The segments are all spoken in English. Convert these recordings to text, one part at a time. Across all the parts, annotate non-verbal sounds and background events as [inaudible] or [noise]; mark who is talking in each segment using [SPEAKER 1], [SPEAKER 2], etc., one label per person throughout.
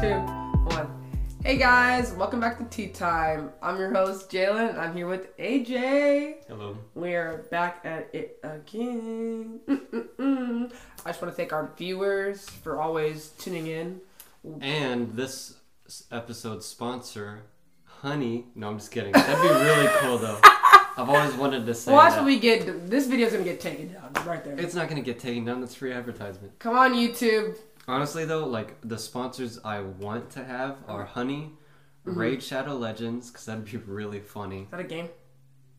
[SPEAKER 1] two, one. Hey guys, welcome back to Tea Time. I'm your host Jalen. and I'm here with AJ.
[SPEAKER 2] Hello.
[SPEAKER 1] We're back at it again. Mm-mm-mm. I just want to thank our viewers for always tuning in.
[SPEAKER 2] And this s- episode's sponsor, Honey. No, I'm just kidding. That'd be really cool
[SPEAKER 1] [laughs]
[SPEAKER 2] though. I've always wanted to say
[SPEAKER 1] Watch
[SPEAKER 2] that.
[SPEAKER 1] what we get. This video's gonna get taken down right there.
[SPEAKER 2] It's not gonna get taken down. That's free advertisement.
[SPEAKER 1] Come on, YouTube.
[SPEAKER 2] Honestly though, like the sponsors I want to have are Honey,
[SPEAKER 1] Mm-hmm.
[SPEAKER 2] Raid Shadow Legends, because that'd be really funny.
[SPEAKER 1] Is that a game?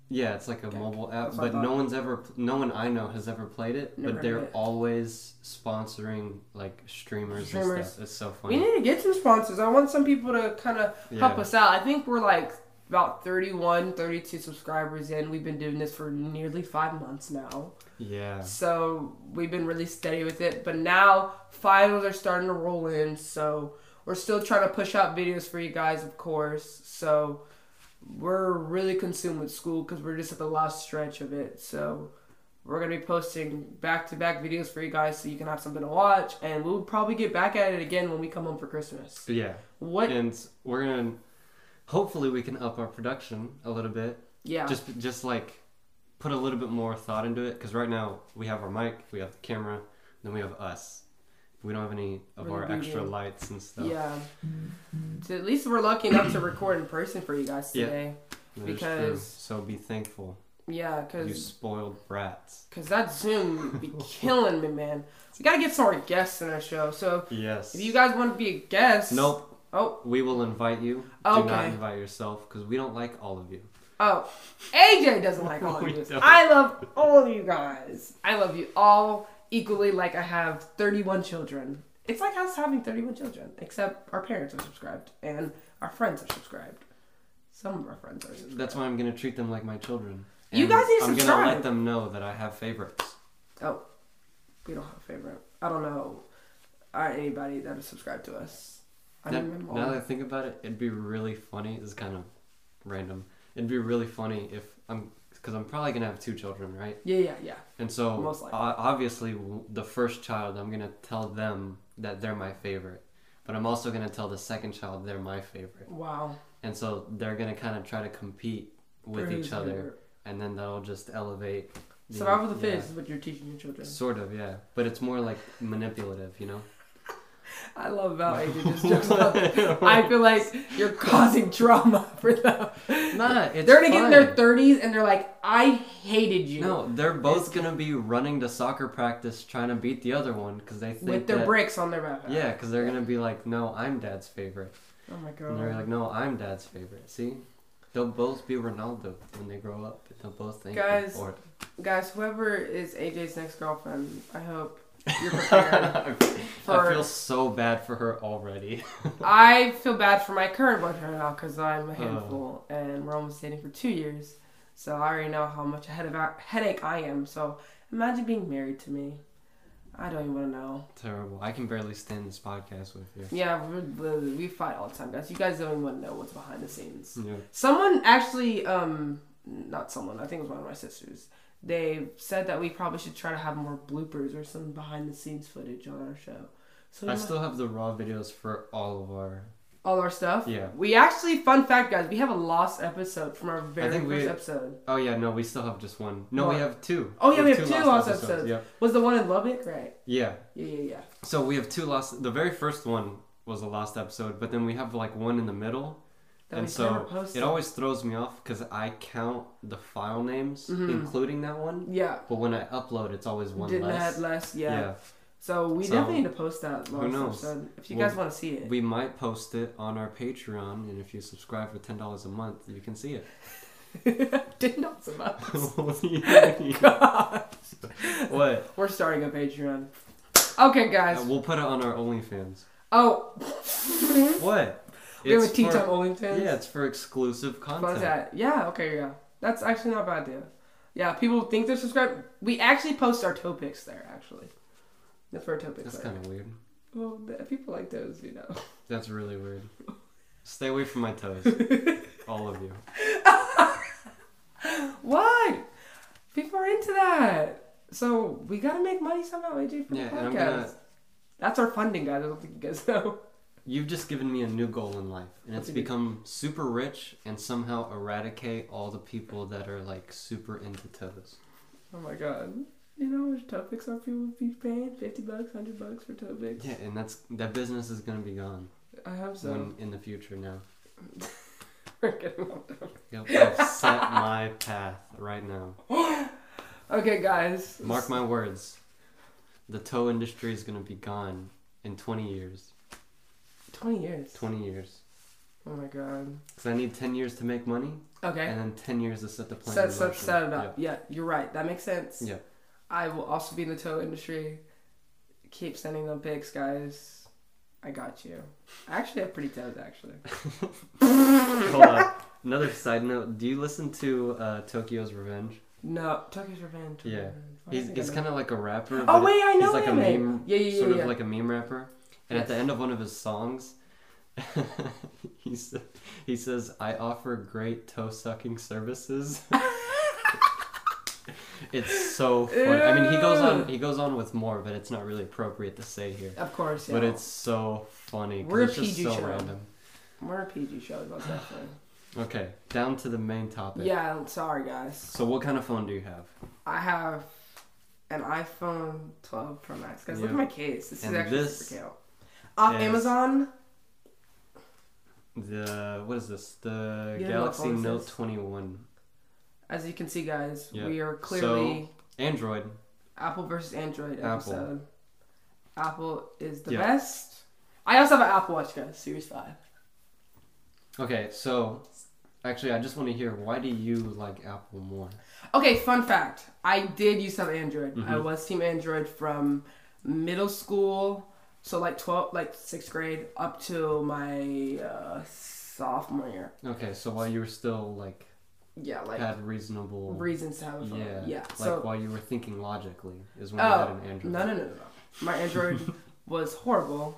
[SPEAKER 2] Yeah, it's like a
[SPEAKER 1] Okay.
[SPEAKER 2] mobile app,
[SPEAKER 1] That's what I
[SPEAKER 2] but no one's ever, no one I know has ever played it.
[SPEAKER 1] Never
[SPEAKER 2] but they're
[SPEAKER 1] heard of it.
[SPEAKER 2] always sponsoring like streamers, and
[SPEAKER 1] Streamers.
[SPEAKER 2] stuff. It's so
[SPEAKER 1] We
[SPEAKER 2] funny.
[SPEAKER 1] need to get some sponsors. I want some people to kind of help
[SPEAKER 2] Yeah.
[SPEAKER 1] us out. I think we're like about 31, 32 subscribers in. We've been doing this for nearly five months now.
[SPEAKER 2] Yeah.
[SPEAKER 1] So we've been really steady with it. But now finals are starting to roll in. So we're still trying to push out videos for you guys, of course. So we're really consumed with school because we're just at the last stretch of it. So we're going to be posting back to back videos for you guys so you can have something to watch. And we'll probably get back at it again when we come home for Christmas.
[SPEAKER 2] Yeah.
[SPEAKER 1] What?
[SPEAKER 2] and we're gonna hopefully we can up our production a little bit
[SPEAKER 1] Yeah.
[SPEAKER 2] just just like put a little bit more thought into it because right now we have our mic we have the camera then we have us we don't have any of
[SPEAKER 1] We're
[SPEAKER 2] our
[SPEAKER 1] the
[SPEAKER 2] extra
[SPEAKER 1] video.
[SPEAKER 2] lights and stuff
[SPEAKER 1] yeah. So at least we're lucky enough to record in person for you guys
[SPEAKER 2] Yeah.
[SPEAKER 1] today.
[SPEAKER 2] That is true.
[SPEAKER 1] because-
[SPEAKER 2] so be thankful
[SPEAKER 1] Yeah, because.
[SPEAKER 2] you spoiled brats
[SPEAKER 1] Cause that Zoom be killing me, man. We gotta get some more guests in our show. So
[SPEAKER 2] yes
[SPEAKER 1] if you guys want to be a guest,
[SPEAKER 2] nope
[SPEAKER 1] Oh,
[SPEAKER 2] we will invite you do not
[SPEAKER 1] Okay.
[SPEAKER 2] invite yourself because we don't like all of you
[SPEAKER 1] oh, AJ doesn't like all of
[SPEAKER 2] We
[SPEAKER 1] you.
[SPEAKER 2] don't.
[SPEAKER 1] I love all of you guys. I love you all equally. Like I have 31 children. It's like us having 31 children, except our parents are subscribed and our friends are subscribed. Some of our friends are. Subscribed.
[SPEAKER 2] that's why i'm gonna treat them like my children
[SPEAKER 1] You
[SPEAKER 2] And
[SPEAKER 1] guys need to
[SPEAKER 2] i'm gonna
[SPEAKER 1] subscribe.
[SPEAKER 2] let them know that i have favorites
[SPEAKER 1] Oh, we don't have a favorite. I don't know uh, anybody that is subscribed to us. I
[SPEAKER 2] That-
[SPEAKER 1] don't remember. all
[SPEAKER 2] now
[SPEAKER 1] of
[SPEAKER 2] that I think about it, it'd be really funny. This is kind of random. It'd be really funny if I'm, because I'm probably gonna have two children, right?
[SPEAKER 1] Yeah, yeah, yeah.
[SPEAKER 2] And so,
[SPEAKER 1] Most likely.
[SPEAKER 2] o- obviously, w- the first child, I'm gonna tell them that they're my favorite, but I'm also gonna tell the second child they're my favorite,
[SPEAKER 1] Wow.
[SPEAKER 2] and so they're gonna kind of try to compete with
[SPEAKER 1] For who's
[SPEAKER 2] each other,
[SPEAKER 1] favorite.
[SPEAKER 2] and then that'll just elevate. the-
[SPEAKER 1] Survival of the
[SPEAKER 2] yeah.
[SPEAKER 1] fittest is what you're teaching your children.
[SPEAKER 2] Sort of, yeah, but it's more like manipulative, you know.
[SPEAKER 1] [laughs] I love how Adrian [laughs] just jokes about that. I feel like you're causing trauma [laughs] for them.
[SPEAKER 2] Nah, it's
[SPEAKER 1] they're gonna get in
[SPEAKER 2] fun.
[SPEAKER 1] their 30s and they're like, I hated you
[SPEAKER 2] No, they're both gonna be running to soccer practice trying to beat the other one because they think
[SPEAKER 1] with their
[SPEAKER 2] that,
[SPEAKER 1] bricks on their back.
[SPEAKER 2] Yeah, because they're gonna be like, no, I'm dad's favorite,
[SPEAKER 1] Oh my
[SPEAKER 2] and they're
[SPEAKER 1] god.
[SPEAKER 2] like, no, I'm dad's favorite. See, they'll both be Ronaldo when they grow up. They'll both think.
[SPEAKER 1] Guys, [laughs]
[SPEAKER 2] or-
[SPEAKER 1] Guys, whoever is AJ's next girlfriend, I [laughs] hope you're prepared.
[SPEAKER 2] [laughs] I
[SPEAKER 1] for-
[SPEAKER 2] feel so bad for her already. [laughs]
[SPEAKER 1] I feel bad for my current boyfriend right now because I'm a handful and we're almost dating for two years. So I already know how much a head of headache I am. So imagine being married to me. I don't even want to know.
[SPEAKER 2] Terrible. I can barely stand this podcast with you.
[SPEAKER 1] Yeah, we, we- we fight all the time, guys. You guys don't even want to know what's behind the scenes.
[SPEAKER 2] Yeah.
[SPEAKER 1] Someone actually, um, not someone, I think it was one of my sisters. They said that we probably should try to have more bloopers or some behind the scenes footage on our show. So we
[SPEAKER 2] I
[SPEAKER 1] might-
[SPEAKER 2] still have the raw videos for all of our.
[SPEAKER 1] all our stuff.
[SPEAKER 2] Yeah.
[SPEAKER 1] We actually, fun fact, guys, we have a lost episode from our very first
[SPEAKER 2] think we-
[SPEAKER 1] episode.
[SPEAKER 2] Oh yeah, no, we still have just one. No,
[SPEAKER 1] What?
[SPEAKER 2] we have two.
[SPEAKER 1] Oh, yeah, we have two
[SPEAKER 2] lost
[SPEAKER 1] lost episodes.
[SPEAKER 2] Yeah.
[SPEAKER 1] Was the one in Lubbock, right?
[SPEAKER 2] Yeah.
[SPEAKER 1] Yeah, yeah, yeah.
[SPEAKER 2] So we have two lost. The very first one was a lost episode, but then we have like one in the middle,
[SPEAKER 1] That
[SPEAKER 2] and
[SPEAKER 1] we never
[SPEAKER 2] so
[SPEAKER 1] posted.
[SPEAKER 2] it always throws me off because I count the file names,
[SPEAKER 1] Mhm.
[SPEAKER 2] including that one.
[SPEAKER 1] yeah.
[SPEAKER 2] But when I upload, it's always one
[SPEAKER 1] Didn't
[SPEAKER 2] less.
[SPEAKER 1] have less, yeah. So we
[SPEAKER 2] So,
[SPEAKER 1] definitely need to post that
[SPEAKER 2] who
[SPEAKER 1] lost
[SPEAKER 2] knows?
[SPEAKER 1] episode if you
[SPEAKER 2] Well,
[SPEAKER 1] guys want to see it.
[SPEAKER 2] We might post it on our Patreon, and if you subscribe for ten dollars a month, you can see
[SPEAKER 1] [laughs]
[SPEAKER 2] it.
[SPEAKER 1] [laughs]
[SPEAKER 2] [laughs]
[SPEAKER 1] Did not
[SPEAKER 2] what?
[SPEAKER 1] We're starting a Patreon. Okay, guys.
[SPEAKER 2] Uh, we'll put it on our OnlyFans.
[SPEAKER 1] Oh,
[SPEAKER 2] What?
[SPEAKER 1] we have a
[SPEAKER 2] It's
[SPEAKER 1] Tea
[SPEAKER 2] for-
[SPEAKER 1] Time OnlyFans.
[SPEAKER 2] Yeah, it's for exclusive
[SPEAKER 1] What's
[SPEAKER 2] content.
[SPEAKER 1] that? Yeah. Okay. Yeah. That's actually not a bad idea. Yeah. People think they're subscribed. We actually post our toe pics there. Actually, that's where our toe pics
[SPEAKER 2] That's
[SPEAKER 1] are.
[SPEAKER 2] kind of weird.
[SPEAKER 1] Well, th- people like those, you know. [laughs]
[SPEAKER 2] That's really weird. Stay away from my toes, all of you.
[SPEAKER 1] Why? People are into that. So we gotta make money somehow, AJ, for
[SPEAKER 2] Yeah,
[SPEAKER 1] the podcast.
[SPEAKER 2] and I'm gonna-
[SPEAKER 1] That's our funding, guys. I don't think you guys know. [laughs]
[SPEAKER 2] You've just given me a new goal in life, and it's
[SPEAKER 1] Okay.
[SPEAKER 2] become super rich and somehow eradicate all the people that are like super into toes.
[SPEAKER 1] Oh my god. You know how much toe picks are people would be paying? 50 bucks, 100 bucks for toe picks?
[SPEAKER 2] Yeah, and that's that business is gonna be gone
[SPEAKER 1] I hope so. [laughs]
[SPEAKER 2] when, in the future now.
[SPEAKER 1] We're getting off topic. [laughs]
[SPEAKER 2] Yep, I've set my path right now.
[SPEAKER 1] Okay, guys.
[SPEAKER 2] Mark my words. The toe industry is gonna be gone in 20 years.
[SPEAKER 1] 20 years.
[SPEAKER 2] 20 years.
[SPEAKER 1] Oh my god.
[SPEAKER 2] Because I need 10 years to make money,
[SPEAKER 1] Okay.
[SPEAKER 2] and then 10 years to set the plan.
[SPEAKER 1] Set,
[SPEAKER 2] in
[SPEAKER 1] set,
[SPEAKER 2] motion.
[SPEAKER 1] set it up. Yeah, you're right. That makes sense.
[SPEAKER 2] Yeah.
[SPEAKER 1] I will also be in the toe industry. Keep sending them pics, guys. I got you. I actually have pretty toes, actually.
[SPEAKER 2] Yeah. Hold
[SPEAKER 1] [laughs]
[SPEAKER 2] on. Another side note: Do you listen to uh, Tokyo's Revenge?
[SPEAKER 1] No, Tokyo's Revenge.
[SPEAKER 2] Yeah.
[SPEAKER 1] Tokyo's Revenge. Why
[SPEAKER 2] He's,
[SPEAKER 1] did I
[SPEAKER 2] he's
[SPEAKER 1] think
[SPEAKER 2] kind of like a rapper.
[SPEAKER 1] I know-
[SPEAKER 2] but
[SPEAKER 1] Oh wait, I know
[SPEAKER 2] he's like a
[SPEAKER 1] him.
[SPEAKER 2] meme,
[SPEAKER 1] yeah, yeah, yeah,
[SPEAKER 2] sort
[SPEAKER 1] yeah.
[SPEAKER 2] of like a meme rapper. And at the
[SPEAKER 1] Yes.
[SPEAKER 2] end of one of his songs, [laughs] he sa- he says, "I offer great toe
[SPEAKER 1] [laughs]
[SPEAKER 2] sucking services." it's so funny. I mean, he goes on
[SPEAKER 1] Ew.
[SPEAKER 2] he goes on with more, but it's not really appropriate to say here.
[SPEAKER 1] Of course, yeah.
[SPEAKER 2] But it's so funny. 'cause
[SPEAKER 1] We're a
[SPEAKER 2] it's just
[SPEAKER 1] PG
[SPEAKER 2] so
[SPEAKER 1] channel.
[SPEAKER 2] random.
[SPEAKER 1] we're a PG show about
[SPEAKER 2] [sighs]
[SPEAKER 1] that thing.
[SPEAKER 2] Okay, down to the main topic.
[SPEAKER 1] Yeah, I'm sorry guys.
[SPEAKER 2] So, what kind of phone do you have?
[SPEAKER 1] I have an iPhone 12 Pro Max. Guys, look
[SPEAKER 2] Yeah.
[SPEAKER 1] at my case. This
[SPEAKER 2] And
[SPEAKER 1] is actually
[SPEAKER 2] this
[SPEAKER 1] super cute. Off
[SPEAKER 2] is-
[SPEAKER 1] Amazon.
[SPEAKER 2] The what is this? The
[SPEAKER 1] You don't know what
[SPEAKER 2] Galaxy
[SPEAKER 1] phone this
[SPEAKER 2] Note
[SPEAKER 1] is?
[SPEAKER 2] 21
[SPEAKER 1] As you can see, guys,
[SPEAKER 2] Yeah.
[SPEAKER 1] we are clearly
[SPEAKER 2] Android.
[SPEAKER 1] Apple versus Android
[SPEAKER 2] Apple.
[SPEAKER 1] episode. Apple is the
[SPEAKER 2] Yeah.
[SPEAKER 1] best. I also have an Apple Watch, guys. Series Five.
[SPEAKER 2] Okay, so actually, I just want to hear why do you like Apple more?
[SPEAKER 1] Okay, fun fact. I did use some Android. I
[SPEAKER 2] Mhm.
[SPEAKER 1] was team Android from middle school, so like 12, like 6th grade up to my uh, sophomore year.
[SPEAKER 2] Okay, so while you were still like
[SPEAKER 1] Yeah, like
[SPEAKER 2] had reasonable,
[SPEAKER 1] reasons to have a phone.
[SPEAKER 2] yeah,
[SPEAKER 1] Yeah.
[SPEAKER 2] like
[SPEAKER 1] so
[SPEAKER 2] while you were thinking logically is when you had
[SPEAKER 1] Oh,
[SPEAKER 2] an Android.
[SPEAKER 1] no, no, no, no. no. My Android
[SPEAKER 2] [laughs]
[SPEAKER 1] was horrible.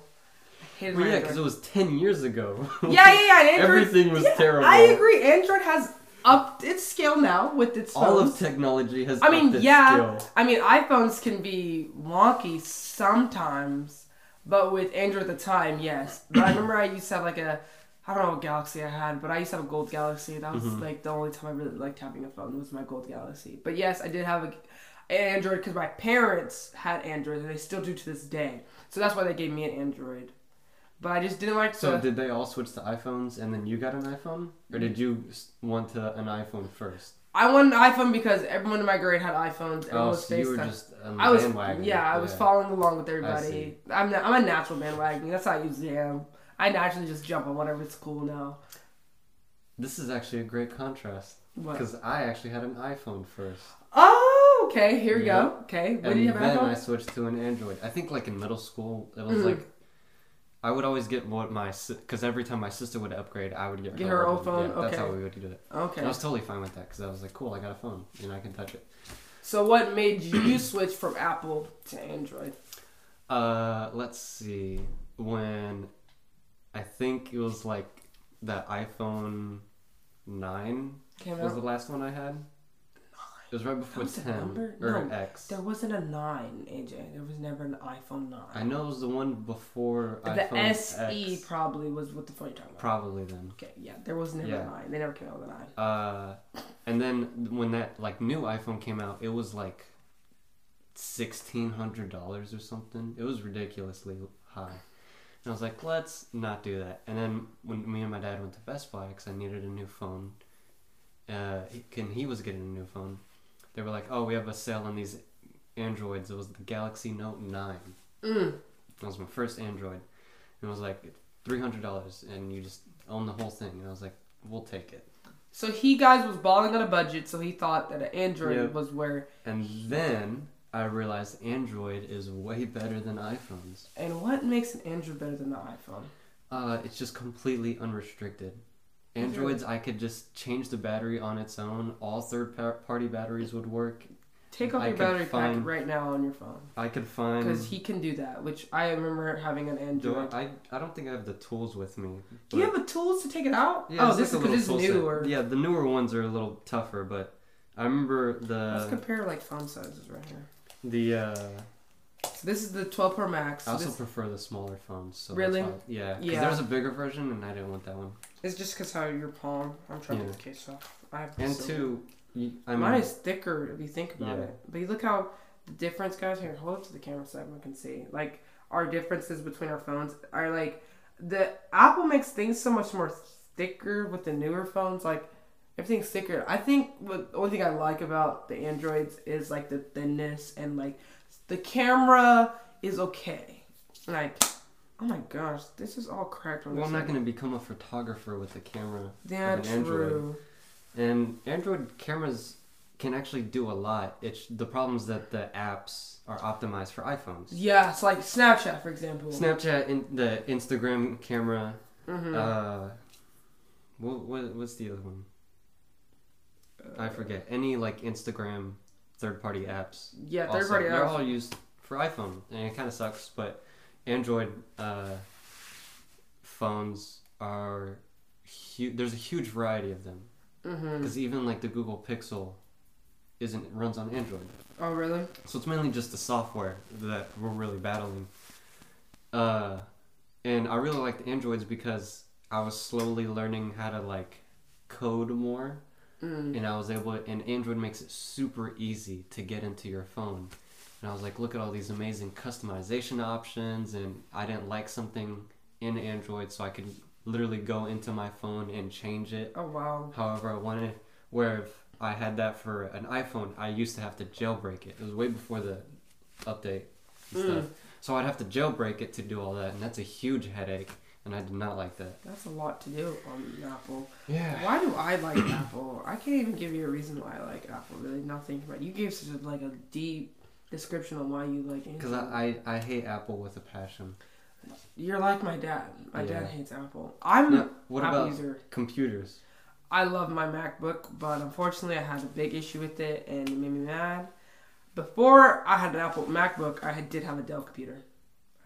[SPEAKER 1] I hated
[SPEAKER 2] Well,
[SPEAKER 1] my
[SPEAKER 2] yeah, because
[SPEAKER 1] Android.
[SPEAKER 2] it was ten years ago.
[SPEAKER 1] Yeah, yeah, yeah. and Android
[SPEAKER 2] Everything was
[SPEAKER 1] Yeah,
[SPEAKER 2] terrible.
[SPEAKER 1] I agree. Android has upped its scale now with its phones.
[SPEAKER 2] [laughs] All of technology has.
[SPEAKER 1] I mean,
[SPEAKER 2] upped its
[SPEAKER 1] yeah.
[SPEAKER 2] skill.
[SPEAKER 1] I mean, iPhones can be wonky sometimes, but with Android at the time, yes. But I remember I used to have like a, I don't know what Galaxy I had, but I used to have a gold Galaxy. That was
[SPEAKER 2] Mhm.
[SPEAKER 1] like the only time I really liked having a phone was my gold Galaxy. But yes, I did have a, an Android because my parents had Android, and they still do to this day. So that's why they gave me an Android. But I just didn't like
[SPEAKER 2] So
[SPEAKER 1] the.
[SPEAKER 2] did they all switch to iPhones and then you got an iPhone, or did you s- want to, an iPhone first?
[SPEAKER 1] I wanted an iPhone because everyone in my grade had iPhones. Everyone
[SPEAKER 2] Oh,
[SPEAKER 1] was
[SPEAKER 2] so you were
[SPEAKER 1] FaceTime.
[SPEAKER 2] just on the
[SPEAKER 1] I was,
[SPEAKER 2] bandwagon.
[SPEAKER 1] yeah, I was following along with everybody.
[SPEAKER 2] see.
[SPEAKER 1] I'm, na- I'm a natural bandwagon. That's how I usually am. I naturally just jump on whatever it's cool now.
[SPEAKER 2] This is actually a great contrast.
[SPEAKER 1] What?
[SPEAKER 2] Because I actually had an iPhone first.
[SPEAKER 1] Oh, okay. Here we
[SPEAKER 2] Yeah.
[SPEAKER 1] go. Okay, what
[SPEAKER 2] and
[SPEAKER 1] do you have an
[SPEAKER 2] then I
[SPEAKER 1] iPhone?
[SPEAKER 2] switched to an Android. I think like in middle school, it was
[SPEAKER 1] Mhm.
[SPEAKER 2] like I would always get what my because every time my sister would upgrade, I would get,
[SPEAKER 1] Get her
[SPEAKER 2] old
[SPEAKER 1] old
[SPEAKER 2] one.
[SPEAKER 1] phone?
[SPEAKER 2] Yeah, That's how
[SPEAKER 1] Okay.
[SPEAKER 2] we would do it. And
[SPEAKER 1] Okay.
[SPEAKER 2] I was totally fine with that because I was like, cool, I got a phone and I can touch it.
[SPEAKER 1] So what made you switch from Apple to Android?
[SPEAKER 2] Uh, let's see. When I think it was like the iPhone nine
[SPEAKER 1] Came
[SPEAKER 2] was the
[SPEAKER 1] out.
[SPEAKER 2] last one I had. It was right before
[SPEAKER 1] That was a
[SPEAKER 2] ten
[SPEAKER 1] number?
[SPEAKER 2] or
[SPEAKER 1] No,
[SPEAKER 2] X.
[SPEAKER 1] There wasn't a nine, AJ. There was never an iPhone nine.
[SPEAKER 2] I know it was the one before
[SPEAKER 1] The E.
[SPEAKER 2] iPhone
[SPEAKER 1] SE
[SPEAKER 2] X.
[SPEAKER 1] probably was what the fuck you're talking about.
[SPEAKER 2] Probably then.
[SPEAKER 1] okay, yeah, there was never a
[SPEAKER 2] Yeah.
[SPEAKER 1] nine. They never came out with a nine.
[SPEAKER 2] Uh, and then when that like new iPhone came out, it was like sixteen hundred dollars or something. It was ridiculously high. And I was like, let's not do that. And then when me and my dad went to Best Buy because I needed a new phone, uh, he- and he was getting a new phone, they were like, oh, we have a sale on these Androids. It was the Galaxy Note Nine.
[SPEAKER 1] Mm.
[SPEAKER 2] That was my first Android. And it was like three hundred dollars, and you just own the whole thing. And I was like, we'll take it.
[SPEAKER 1] So he guys was balling on a budget, so he thought that an Android
[SPEAKER 2] Yep.
[SPEAKER 1] was where.
[SPEAKER 2] And then I realized Android is way better than iPhones.
[SPEAKER 1] And what makes an Android better than the iPhone?
[SPEAKER 2] Uh, it's just completely unrestricted. Androids, I could just change the battery on its own. All third par- party batteries would work.
[SPEAKER 1] Take off
[SPEAKER 2] I
[SPEAKER 1] your
[SPEAKER 2] could
[SPEAKER 1] battery pack
[SPEAKER 2] find-
[SPEAKER 1] right now on your phone,
[SPEAKER 2] I could find.
[SPEAKER 1] because he can do that. Which I remember having an
[SPEAKER 2] do
[SPEAKER 1] Android.
[SPEAKER 2] I, I, I don't think I have the tools with me.
[SPEAKER 1] Do you
[SPEAKER 2] but-
[SPEAKER 1] have the tools to take it out?
[SPEAKER 2] Yeah,
[SPEAKER 1] oh, this is
[SPEAKER 2] like a
[SPEAKER 1] because it's
[SPEAKER 2] little tool set.
[SPEAKER 1] newer.
[SPEAKER 2] Yeah, the newer ones are a little tougher, but I remember
[SPEAKER 1] Let's
[SPEAKER 2] the
[SPEAKER 1] compare like phone sizes right here.
[SPEAKER 2] the uh,
[SPEAKER 1] So this is the 12 Pro Max. So
[SPEAKER 2] I also
[SPEAKER 1] this,
[SPEAKER 2] prefer the smaller phones. So that's
[SPEAKER 1] Really?
[SPEAKER 2] why- yeah. Because
[SPEAKER 1] Yeah.
[SPEAKER 2] there was a bigger version, and I didn't want that one.
[SPEAKER 1] it's just because how your palm. I'm trying
[SPEAKER 2] Yeah.
[SPEAKER 1] to get the case off. I have
[SPEAKER 2] And
[SPEAKER 1] so-
[SPEAKER 2] two, you, I mean,
[SPEAKER 1] Mine is thicker if you think about
[SPEAKER 2] Yeah.
[SPEAKER 1] it. But you look how the difference, guys. Here, hold up to the camera so everyone can see. Like our differences between our phones are like the Apple makes things so much more thicker with the newer phones. Like everything's thicker. I think what, the only thing I like about the Androids is like the thinness and like the camera is okay. Like, oh my gosh, this is all cracked. On
[SPEAKER 2] well, I'm
[SPEAKER 1] this
[SPEAKER 2] not
[SPEAKER 1] side.
[SPEAKER 2] going to become a photographer with a camera.
[SPEAKER 1] Yeah,
[SPEAKER 2] of
[SPEAKER 1] true.
[SPEAKER 2] an Android. And Android cameras can actually do a lot. It's the problems that the apps are optimized for iPhones.
[SPEAKER 1] Yeah, it's like Snapchat, for example.
[SPEAKER 2] Snapchat in the Instagram camera.
[SPEAKER 1] Mhm.
[SPEAKER 2] Uh, what, what what's the other one? I forget. Any like Instagram third-party apps.
[SPEAKER 1] yeah,
[SPEAKER 2] also-
[SPEAKER 1] third party
[SPEAKER 2] They're
[SPEAKER 1] apps.
[SPEAKER 2] all used for iPhone, and it kind of sucks. But Android uh, phones are huge. There's a huge variety of them
[SPEAKER 1] Mm-hmm.
[SPEAKER 2] because even like the Google Pixel isn't runs on Android.
[SPEAKER 1] Oh, really?
[SPEAKER 2] So it's mainly just the software that we're really battling. Uh, and I really liked Androids because I was slowly learning how to like code more,
[SPEAKER 1] Mm.
[SPEAKER 2] and I was able. and Android makes it super easy to get into your phone. And I was like, look at all these amazing customization options, and I didn't like something in Android, so I could literally go into my phone and change it
[SPEAKER 1] Oh, wow.
[SPEAKER 2] however I wanted. Where if I had that for an iPhone, I used to have to jailbreak it. It was way before the update and stuff. So I'd have to jailbreak it to do all that, and that's a huge headache, and I did not like that.
[SPEAKER 1] That's a lot to do on Apple.
[SPEAKER 2] Yeah.
[SPEAKER 1] Why do I
[SPEAKER 2] [clears throat]
[SPEAKER 1] like Apple? I can't even give you a reason why I like Apple. Really, not thinking about it. You gave such a, like a deep description on why you like Android.
[SPEAKER 2] Because I, I, I hate Apple with a passion.
[SPEAKER 1] You're like my dad. My
[SPEAKER 2] Yeah.
[SPEAKER 1] dad hates Apple. I'm
[SPEAKER 2] Now, what
[SPEAKER 1] Apple
[SPEAKER 2] about
[SPEAKER 1] user.
[SPEAKER 2] computers?
[SPEAKER 1] I love my MacBook, but unfortunately, I had a big issue with it, and it made me mad. Before I had an Apple MacBook, I had- did have a Dell computer.